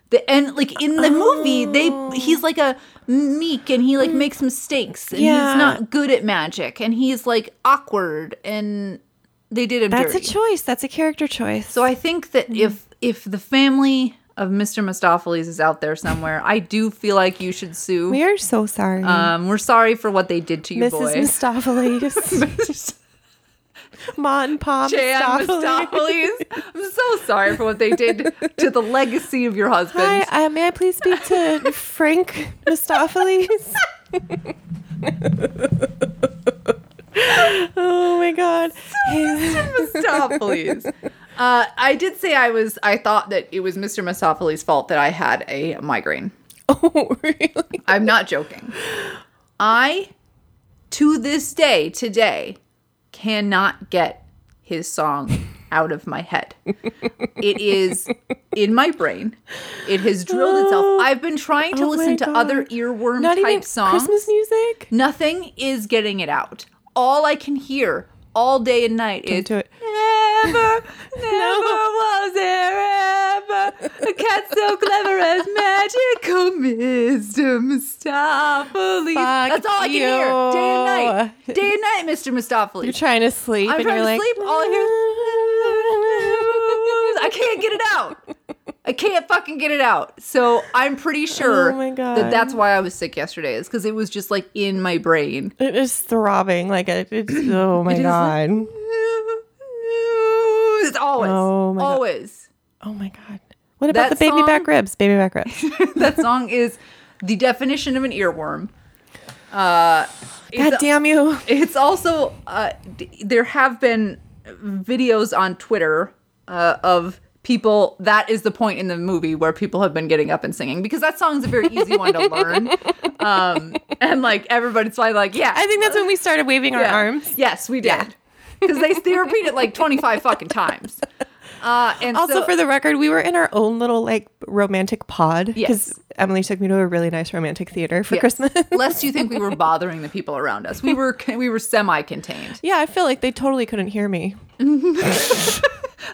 Speaker 2: The, and like in the movie, they
Speaker 3: Oh.
Speaker 2: he's like a meek and he like makes mistakes and
Speaker 3: Mm. Yeah.
Speaker 2: he's not good at magic and he's like awkward and they did him
Speaker 3: That's
Speaker 2: dirty.
Speaker 3: a choice. That's a character choice.
Speaker 2: So I think that
Speaker 3: Mm-hmm.
Speaker 2: if if the family of Mr. Mistopheles is out there somewhere, I do feel like you should sue.
Speaker 3: we are so sorry,
Speaker 2: um, we're sorry for what they did to you,
Speaker 3: Mrs.
Speaker 2: boy.
Speaker 3: Mistopheles. Ma and Pa
Speaker 2: Jan
Speaker 3: Mistopheles.
Speaker 2: Mistopheles. I'm so sorry for what they did to the legacy of your husband.
Speaker 3: Hi, uh, may I please speak to Frank Mistopheles? oh my god. His-
Speaker 2: Mistopheles. Uh, I did say I was. I thought that it was Mr. Mistopheles' fault that I had a migraine.
Speaker 3: oh, really?
Speaker 2: I'm not joking. I, to this day, today, cannot get his song out of my head. It is in my brain. It has drilled itself. I've been trying to
Speaker 3: Oh my
Speaker 2: listen to other
Speaker 3: God.
Speaker 2: earworm
Speaker 3: Not
Speaker 2: type
Speaker 3: even
Speaker 2: songs.
Speaker 3: Christmas music?
Speaker 2: Nothing is getting it out. All I can hear all day and night is
Speaker 3: do it.
Speaker 2: never, never was there ever a cat so clever as magical Mr. Mistopheles.
Speaker 3: Fuck
Speaker 2: That's all I can hear day and night,
Speaker 3: you.
Speaker 2: day and night, Mr. Mistopheles.
Speaker 3: You're trying to sleep
Speaker 2: I'm
Speaker 3: and
Speaker 2: trying
Speaker 3: you're
Speaker 2: to
Speaker 3: like
Speaker 2: sleep, all I I can't get it out. I can't fucking get it out. So I'm pretty sure
Speaker 3: Oh my God.
Speaker 2: that that's why I was sick yesterday is because it was just like in my brain.
Speaker 3: It is throbbing like a, it's oh my
Speaker 2: is.
Speaker 3: god.
Speaker 2: It's always,
Speaker 3: Oh my God.
Speaker 2: always.
Speaker 3: Oh my god. What about
Speaker 2: That
Speaker 3: the baby
Speaker 2: song-
Speaker 3: back ribs? Baby back ribs.
Speaker 2: that song is the definition of an earworm. Uh, it's-
Speaker 3: God damn you.
Speaker 2: It's also uh, d- there have been videos on Twitter uh, of people. That is the point in the movie where people have been getting up and singing because that song's a very easy one to learn. Um, and like everybody's probably like, yeah,
Speaker 3: I think that's when we started waving our
Speaker 2: yeah.
Speaker 3: arms.
Speaker 2: Yes, we did because they they repeat it like twenty five fucking times. Uh, and
Speaker 3: Also,
Speaker 2: so-
Speaker 3: for the record, we were in our own little like romantic pod because
Speaker 2: Yes.
Speaker 3: Emily took me to a really nice romantic theater for
Speaker 2: Yes.
Speaker 3: Christmas.
Speaker 2: lest you think we were bothering the people around us. We were we were semi-contained.
Speaker 3: yeah, I feel like they totally couldn't hear me.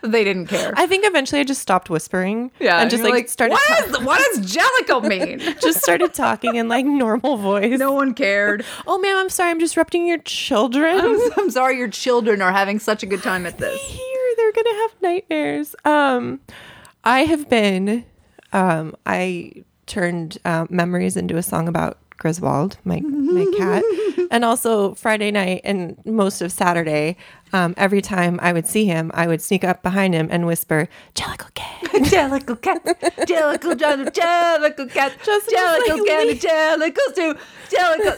Speaker 2: They didn't care.
Speaker 3: I think eventually I just stopped whispering. and just
Speaker 2: you're
Speaker 3: like, started
Speaker 2: what, is,
Speaker 3: ta-
Speaker 2: what does Jellico mean?
Speaker 3: just started talking in like normal voice.
Speaker 2: no one cared.
Speaker 3: Oh, ma'am, I'm sorry, I'm disrupting your children.
Speaker 2: I'm sorry your children are having such a good time at this.
Speaker 3: here they're gonna have nightmares um i have been um i turned uh, memories into a song about griswold my my cat and also friday night and most of saturday um, every time i would see him i would sneak up behind him and whisper jellicle cat
Speaker 2: Jellicle cat, Jellicle John, Jellicle cat,
Speaker 3: Just-
Speaker 2: Jellicle
Speaker 3: like,
Speaker 2: cat,
Speaker 3: leave-
Speaker 2: Jellicles too, Jellicle.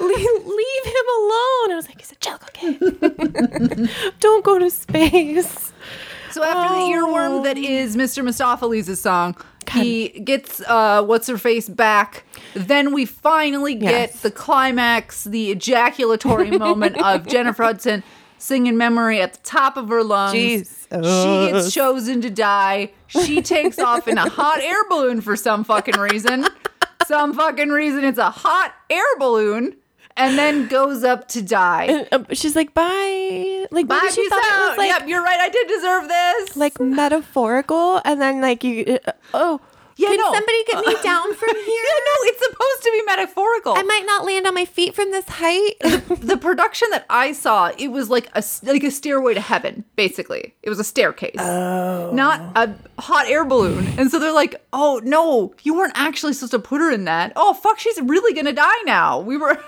Speaker 3: leave, leave him alone i was like he's a jellicle cat don't go to space
Speaker 2: so after the earworm
Speaker 3: Oh.
Speaker 2: that is Mr. Mistopheles' song, he gets uh, what's her face back. Then we finally get
Speaker 3: Yes.
Speaker 2: the climax, the ejaculatory moment of Jennifer Hudson singing "Memory" at the top of her lungs.
Speaker 3: Jesus.
Speaker 2: She gets chosen to die. She takes off in a hot air balloon for some fucking reason. Some fucking reason it's a hot air balloon and then goes up to die.
Speaker 3: and, um, she's like bye like
Speaker 2: Bye,
Speaker 3: maybe she
Speaker 2: peace
Speaker 3: thought it
Speaker 2: out.
Speaker 3: was like
Speaker 2: yep, you're right. I did deserve this.
Speaker 3: like metaphorical and then like you uh, oh
Speaker 2: Yeah,
Speaker 3: can
Speaker 2: no. Uh,
Speaker 3: somebody get me down from here
Speaker 2: yeah, no, it's supposed to be metaphorical.
Speaker 3: i might not land on my feet from this height
Speaker 2: the production that I saw, it was like a s- like a stairway to heaven, basically. It was a staircase,
Speaker 3: Oh.
Speaker 2: not a hot air balloon. And so they're like, "Oh no, you weren't actually supposed to put her in that. Oh fuck, she's really gonna die now. We were."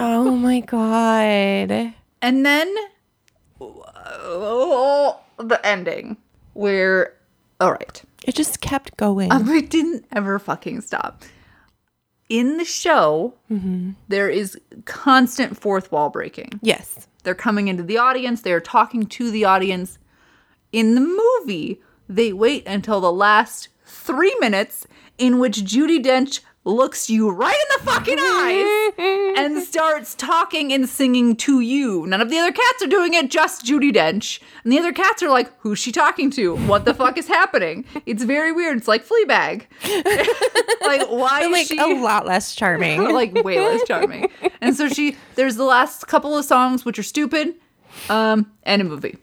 Speaker 3: oh my god
Speaker 2: And then oh, the ending. We're all right.
Speaker 3: It just kept going.
Speaker 2: Um, it didn't ever fucking stop. In the show, there is constant fourth wall breaking.
Speaker 3: yes.
Speaker 2: They're coming into the audience, they're talking to the audience. In the movie, they wait until the last three minutes in which Judy Dench looks you right in the fucking eyes and starts talking and singing to you. None of the other cats are doing it, just Judy Dench. And the other cats are like, who's she talking to? What the fuck is happening? It's very weird. It's like Fleabag. like, why is
Speaker 3: Like oh,
Speaker 2: she
Speaker 3: a lot less charming.
Speaker 2: like way less charming. And so she there's the last couple of songs which are stupid, um, and a movie.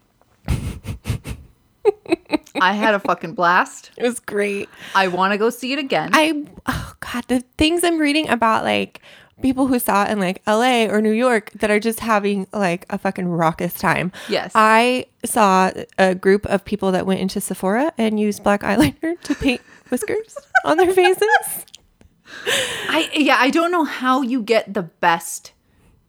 Speaker 2: I had a fucking blast.
Speaker 3: it was great.
Speaker 2: I want to go see it again.
Speaker 3: I oh god, the things I'm reading about like people who saw it in like LA or New York that are just having like a fucking raucous time.
Speaker 2: Yes.
Speaker 3: I saw a group of people that went into Sephora and used black eyeliner to paint whiskers on their faces.
Speaker 2: I yeah, I don't know how you get the best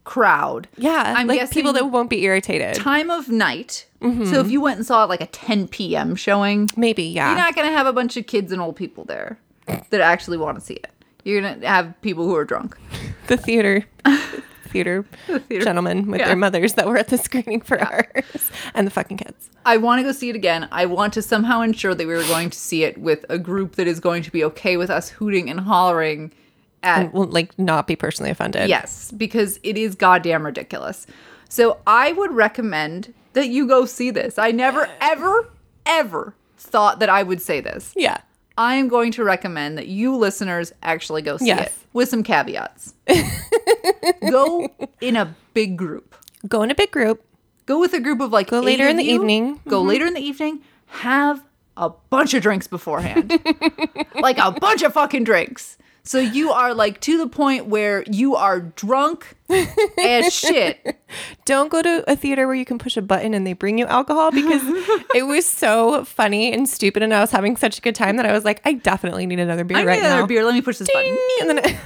Speaker 2: crowd.
Speaker 3: Yeah.
Speaker 2: I'm
Speaker 3: like people
Speaker 2: guessing-
Speaker 3: that Mm-hmm. won't be irritated.
Speaker 2: Time of night. So if you went and saw like a 10 p.m. showing,
Speaker 3: Maybe, yeah.
Speaker 2: you're not gonna have a bunch of kids and old people there that actually want to see it. You're gonna have people who are drunk.
Speaker 3: the theater theater,
Speaker 2: theater.
Speaker 3: gentlemen with
Speaker 2: Yeah.
Speaker 3: their mothers that were at the screening for ours and the fucking kids.
Speaker 2: I want to go see it again. I want to somehow ensure that we are going to see it with a group that is going to be okay with us hooting and hollering at
Speaker 3: Will like not be personally offended.
Speaker 2: yes, because it is goddamn ridiculous. So I would recommend that you go see this. I never, ever, ever thought that I would say this.
Speaker 3: Yeah.
Speaker 2: I am going to recommend that you listeners actually go see
Speaker 3: Yes.
Speaker 2: it with some caveats. go in a big group.
Speaker 3: Go in a big group.
Speaker 2: go with a group of like go
Speaker 3: later in the evening. Mm-hmm.
Speaker 2: go later in the evening have a bunch of drinks beforehand like a bunch of fucking drinks so you are like to the point where you are drunk as shit
Speaker 3: don't go to a theater where you can push a button and they bring you alcohol because it was so funny and stupid and I was having such a good time that I was like, I definitely need another beer
Speaker 2: i need
Speaker 3: right
Speaker 2: another
Speaker 3: now.
Speaker 2: beer let me push this button
Speaker 3: And then it-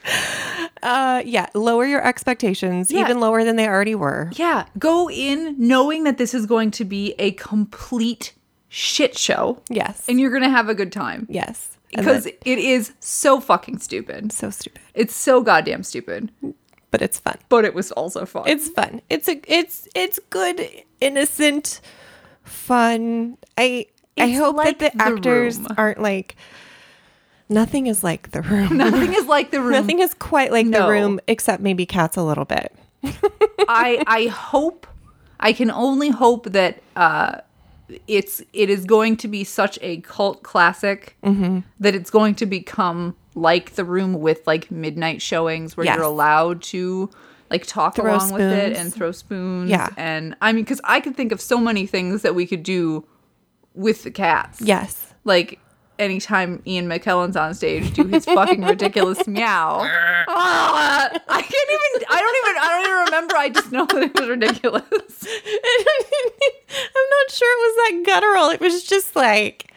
Speaker 3: uh, yeah, lower your expectations
Speaker 2: Yeah.
Speaker 3: even lower than they already were.
Speaker 2: yeah go in knowing that this is going to be a complete shit show
Speaker 3: Yes.
Speaker 2: and you're gonna have a good time
Speaker 3: yes. And
Speaker 2: because
Speaker 3: that's
Speaker 2: it is so fucking stupid
Speaker 3: so stupid,
Speaker 2: it's so goddamn stupid
Speaker 3: but it's fun.
Speaker 2: but it was also fun
Speaker 3: It's fun. It's a it's it's good, innocent, fun. I I
Speaker 2: It's
Speaker 3: hope
Speaker 2: like
Speaker 3: that the,
Speaker 2: The
Speaker 3: actors
Speaker 2: Room.
Speaker 3: aren't like nothing is like the room.
Speaker 2: nothing is like the room
Speaker 3: Nothing is quite like
Speaker 2: No.
Speaker 3: the room, except maybe cats a little bit.
Speaker 2: I I hope I can only hope that uh, it's it is going to be such a cult classic
Speaker 3: Mm-hmm.
Speaker 2: that it's going to become like the room with like midnight showings where
Speaker 3: Yes.
Speaker 2: you're allowed to like talk
Speaker 3: Throw
Speaker 2: along with it
Speaker 3: spoons.
Speaker 2: and throw spoons.
Speaker 3: Yeah.
Speaker 2: and I mean because I could think of so many things that we could do with the cats.
Speaker 3: Yes.
Speaker 2: like. Anytime Ian McKellen's on stage, do his fucking ridiculous meow. Ah, I can't even. I don't even. I don't even remember. I just know that it was ridiculous.
Speaker 3: I'm not sure it was that guttural. It was just like,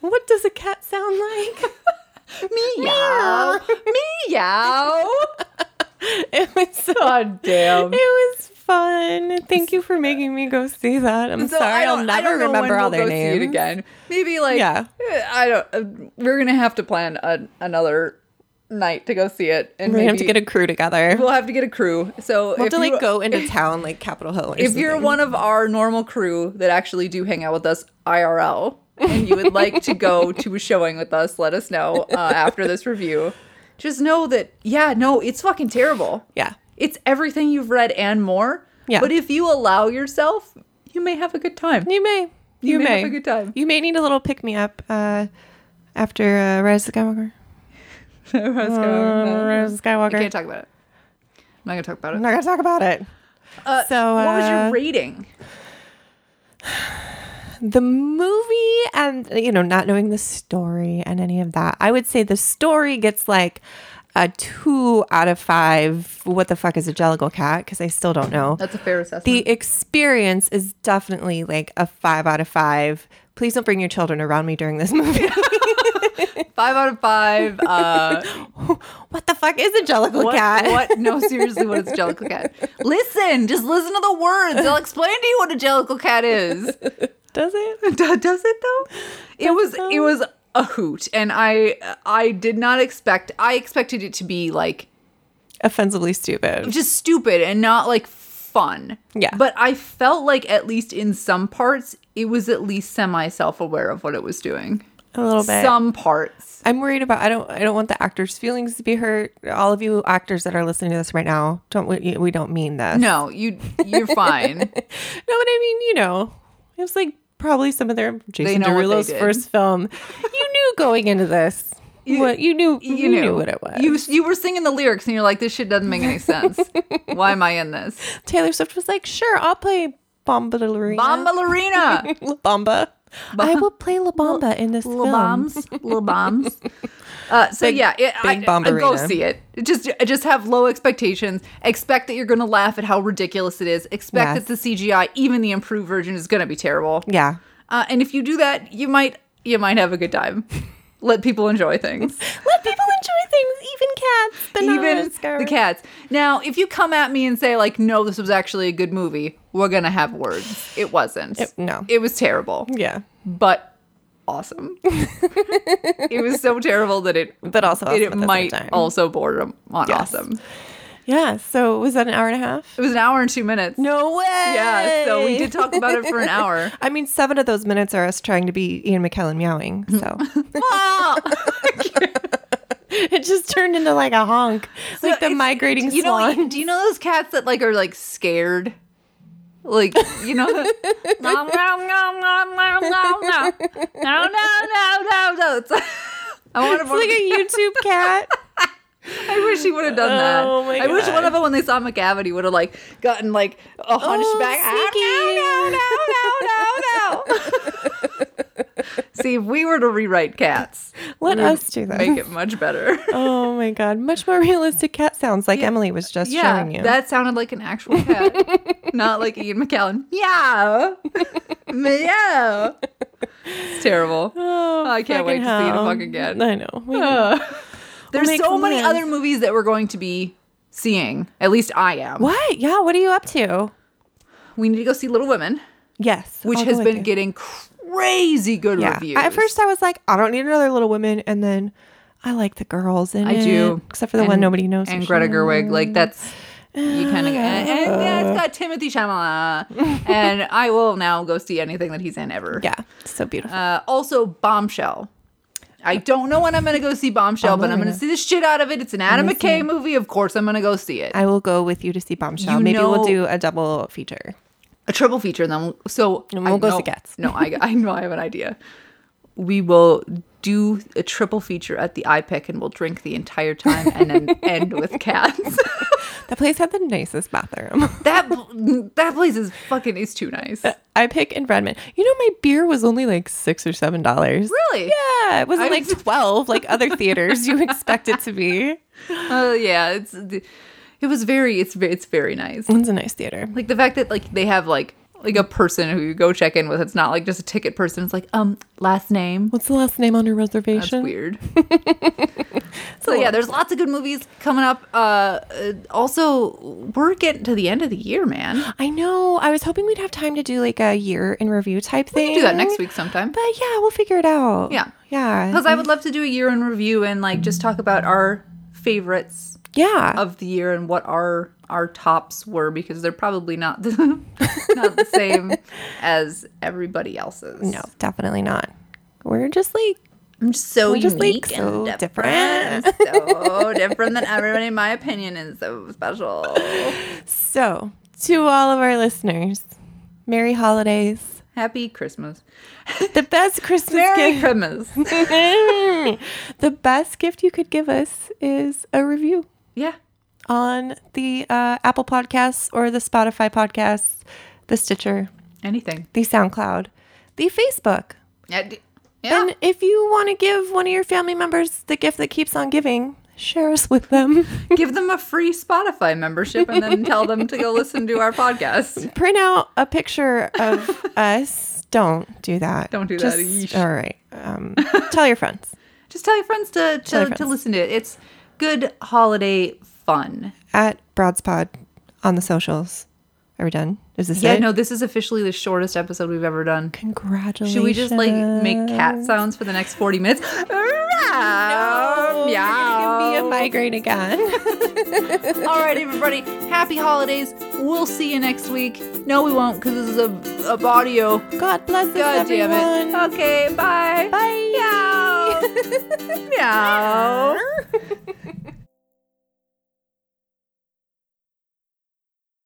Speaker 3: what does a cat sound like?
Speaker 2: Meow, meow.
Speaker 3: It was so.
Speaker 2: God damn.
Speaker 3: It was fun. Thank you for making me go see that. I'm sorry, I'll never remember all their names.
Speaker 2: it again. Maybe like
Speaker 3: Yeah.
Speaker 2: eh, I don't. Uh, we're gonna have to plan a, another night to go see it, and
Speaker 3: We're gonna have to
Speaker 2: maybe
Speaker 3: get a crew together.
Speaker 2: We'll have to get a crew. So
Speaker 3: We'll
Speaker 2: if
Speaker 3: have to
Speaker 2: you-
Speaker 3: like go into town, like Capitol Hill. Or
Speaker 2: if you're
Speaker 3: something.
Speaker 2: one of our normal crew that actually do hang out with us IRL and you would like to go to a showing with us, let us know uh, after this review. Just know that, yeah, no, it's fucking terrible.
Speaker 3: yeah,
Speaker 2: It's everything you've read and more.
Speaker 3: Yeah.
Speaker 2: But if you allow yourself, you may have a good time.
Speaker 3: You may. You,
Speaker 2: may
Speaker 3: may,
Speaker 2: have a good time.
Speaker 3: You may need a little pick me up uh, after uh, Rise of Skywalker. Um,
Speaker 2: Let's go.
Speaker 3: Rise of Skywalker.
Speaker 2: I can't talk about it. I'm not going to talk about
Speaker 3: I'm
Speaker 2: it.
Speaker 3: not gonna talk about it.
Speaker 2: Uh,
Speaker 3: so,
Speaker 2: what was your
Speaker 3: uh,
Speaker 2: rating?
Speaker 3: The movie and you know not knowing the story and any of that, I would say the story gets like a two out of five. What the fuck is a Jellicle cat? Because I still don't know.
Speaker 2: That's a fair assessment.
Speaker 3: the experience is definitely like a five out of five. Please don't bring your children around me during this movie.
Speaker 2: Five out of five. Uh,
Speaker 3: What the fuck is a jellicle
Speaker 2: what,
Speaker 3: cat?
Speaker 2: what? No, seriously, what is a jellicle cat? Listen, just listen to the words. They'll explain to you what a jellicle cat is.
Speaker 3: does it?
Speaker 2: Do- does it though? It was it was a hoot, and I I did not expect. I expected it to be like
Speaker 3: Offensively stupid.
Speaker 2: just stupid and not like fun.
Speaker 3: Yeah.
Speaker 2: But I felt like at least in some parts, it was at least semi self aware of what it was doing.
Speaker 3: A little bit.
Speaker 2: Some parts.
Speaker 3: I'm worried about. I don't. I don't want the actors' feelings to be hurt. All of you actors that are listening to this right now, don't we? We don't mean this.
Speaker 2: No, you you're fine.
Speaker 3: No, but I mean, you know, it was like probably some of their Jason
Speaker 2: know what they
Speaker 3: Derulo's
Speaker 2: did.
Speaker 3: first film. You knew going into this. what you knew. You, knew, what it was.
Speaker 2: You you were singing the lyrics and you're like, this shit doesn't make any sense. Why am I in this?
Speaker 3: Taylor Swift was like, "Sure, I'll play Bomba Lorena.
Speaker 2: Bomba Lorena.
Speaker 3: La Bamba. I will play La Bamba in this
Speaker 2: Little
Speaker 3: film.
Speaker 2: bombs, little bombs. Uh, so
Speaker 3: Big-
Speaker 2: yeah, it, I-
Speaker 3: big
Speaker 2: I, go
Speaker 3: bombarina.
Speaker 2: see it. Just just have low expectations. Expect that you're going to laugh at how ridiculous it is. Expect
Speaker 3: Yes.
Speaker 2: that the CGI, even the improved version, is going to be terrible.
Speaker 3: Yeah.
Speaker 2: Uh, and if you do that, you might you might have a good time. Let people enjoy things.
Speaker 3: Let people enjoy things, even cats, but not
Speaker 2: Even
Speaker 3: Oscar.
Speaker 2: the cats. Now, if you come at me and say like, "No, this was actually a good movie," we're gonna have words. It wasn't.
Speaker 3: It- no.
Speaker 2: it was terrible,
Speaker 3: Yeah.
Speaker 2: but awesome. it was so terrible that it
Speaker 3: But also awesome at
Speaker 2: it
Speaker 3: the same
Speaker 2: might
Speaker 3: time.
Speaker 2: also border on
Speaker 3: Yes.
Speaker 2: awesome.
Speaker 3: Yeah. So was that an hour and a half?
Speaker 2: It was an hour and two minutes.
Speaker 3: No way.
Speaker 2: Yeah, so we did talk about it for an hour.
Speaker 3: I mean, seven of those minutes are us trying to be Ian McKellen meowing. So Oh.
Speaker 2: Ah!
Speaker 3: it just turned into like a honk, like the
Speaker 2: it's-
Speaker 3: migrating
Speaker 2: you know,
Speaker 3: swan.
Speaker 2: do you know those cats that like are like scared? Like you know, no, no, no, no, no, no, no, no, no, no, no. It's- I wanted
Speaker 3: it's
Speaker 2: one.
Speaker 3: like
Speaker 2: of the-
Speaker 3: a YouTube cat.
Speaker 2: I wish he would have done that.
Speaker 3: Oh my
Speaker 2: I wish
Speaker 3: God. Oh,
Speaker 2: one of them when they saw McGavity would have like gotten like a hunchback. "Ah, no, no, no, no, no. See, if we were to rewrite cats,
Speaker 3: Let
Speaker 2: we would
Speaker 3: us do that.
Speaker 2: Make it much better.
Speaker 3: Oh my god, much more realistic cat sounds like Emily was just
Speaker 2: Yeah,
Speaker 3: showing you.
Speaker 2: that sounded like an actual cat, not like Ian McKellen. Yeah, meow. It's terrible.
Speaker 3: Oh,
Speaker 2: I can't wait
Speaker 3: fucking
Speaker 2: to see you to
Speaker 3: hell.
Speaker 2: fuck again.
Speaker 3: I know. We know.
Speaker 2: Uh, there's
Speaker 3: make
Speaker 2: so many
Speaker 3: plans.
Speaker 2: other movies that we're going to be seeing. At least I am.
Speaker 3: What? Yeah. What are you up to?
Speaker 2: We need to go see Little Women,
Speaker 3: Yes,
Speaker 2: which
Speaker 3: I'll go
Speaker 2: has
Speaker 3: with
Speaker 2: been
Speaker 3: you.
Speaker 2: getting crazy good
Speaker 3: Oh, Yeah.
Speaker 2: reviews.
Speaker 3: At first, I was like, I don't need another Little Women, and then I like the girls in
Speaker 2: I
Speaker 3: it,
Speaker 2: do,
Speaker 3: except for the one
Speaker 2: And-
Speaker 3: nobody knows.
Speaker 2: and
Speaker 3: who
Speaker 2: Greta
Speaker 3: she
Speaker 2: Gerwig. Like that's you kind of and, and yeah,
Speaker 3: Uh.
Speaker 2: it's got Timothy Chalamet, and I will now go see anything that he's in ever.
Speaker 3: is. Yeah, it's so beautiful.
Speaker 2: Uh, also, Bombshell. I don't know when I'm going to go see Bombshell, but I'm going to see the shit out of it. It's an Adam McKay movie. Of course, I'm going to go see it.
Speaker 3: I will go with you to see Bombshell.
Speaker 2: You
Speaker 3: Maybe we'll
Speaker 2: know-
Speaker 3: do a double feature.
Speaker 2: A triple feature, and then we'll, so
Speaker 3: And we'll
Speaker 2: I
Speaker 3: go
Speaker 2: know-
Speaker 3: see Cats.
Speaker 2: No, I, I know I have an idea. We will do a triple feature at the IPIC, and we'll drink the entire time, and then end with cats.
Speaker 3: That place had the nicest bathroom.
Speaker 2: that that place is fucking is too nice.
Speaker 3: I pick in Redmond. You know, my beer was only like six or seven dollars.
Speaker 2: Really?
Speaker 3: Yeah, it wasn't
Speaker 2: I-
Speaker 3: like twelve like other theaters you expect it to be.
Speaker 2: Oh yeah, it's it was very it's ve- it's very nice.
Speaker 3: It's a nice theater.
Speaker 2: like the fact that like they have like like a person who you go check in with it's not like just a ticket person it's like um last name
Speaker 3: What's the last name on your reservation?
Speaker 2: that's weird so yeah there's lots of good movies coming up uh uh, also we're getting to the end of the year man
Speaker 3: I know. I was hoping we'd have time to do like a year in review type thing.
Speaker 2: we can do that next week sometime
Speaker 3: But yeah, we'll figure it out.
Speaker 2: Yeah.
Speaker 3: Yeah.
Speaker 2: because i would love to do a year in review and like just talk about our favorites
Speaker 3: Yeah.
Speaker 2: of the year and what our our tops were because they're probably not the, not the same as everybody else's
Speaker 3: no, definitely not. We're just like
Speaker 2: I'm just so
Speaker 3: We're just, like,
Speaker 2: unique
Speaker 3: so
Speaker 2: and different. so different than everybody. In my opinion is so special.
Speaker 3: so to all of our listeners, Merry Holidays.
Speaker 2: Happy Christmas.
Speaker 3: The best Christmas
Speaker 2: Merry
Speaker 3: gift.
Speaker 2: Christmas.
Speaker 3: the best gift you could give us is a review
Speaker 2: yeah.
Speaker 3: on the uh, Apple Podcasts or the Spotify Podcasts, the Stitcher,
Speaker 2: Anything.
Speaker 3: the SoundCloud, the Facebook.
Speaker 2: Yeah. d- yeah.
Speaker 3: And if you want to give one of your family members the gift that keeps on giving, share us with them.
Speaker 2: Give them a free Spotify membership and then tell them to go listen to our podcast.
Speaker 3: Print out a picture of us. Don't do that.
Speaker 2: Don't do that.
Speaker 3: Just,
Speaker 2: Yeesh.
Speaker 3: All right. Um, tell your friends.
Speaker 2: Just tell your friends to to,
Speaker 3: your
Speaker 2: to
Speaker 3: friends.
Speaker 2: listen to it. It's good holiday fun.
Speaker 3: At Broad's Pod on the socials. Are we done? Is this
Speaker 2: Yeah,
Speaker 3: it?
Speaker 2: no, this is officially the shortest episode we've ever done.
Speaker 3: Congratulations.
Speaker 2: Should we just like make cat sounds for the next 40 minutes?
Speaker 3: Oh,
Speaker 2: No,
Speaker 3: you're gonna give me a migraine again.
Speaker 2: All right, everybody, happy holidays. We'll see you next week. No, we won't because this is a, a audio.
Speaker 3: God bless us,
Speaker 2: God
Speaker 3: everyone.
Speaker 2: damn it. Okay, bye.
Speaker 3: Bye.
Speaker 2: Meow. Meow.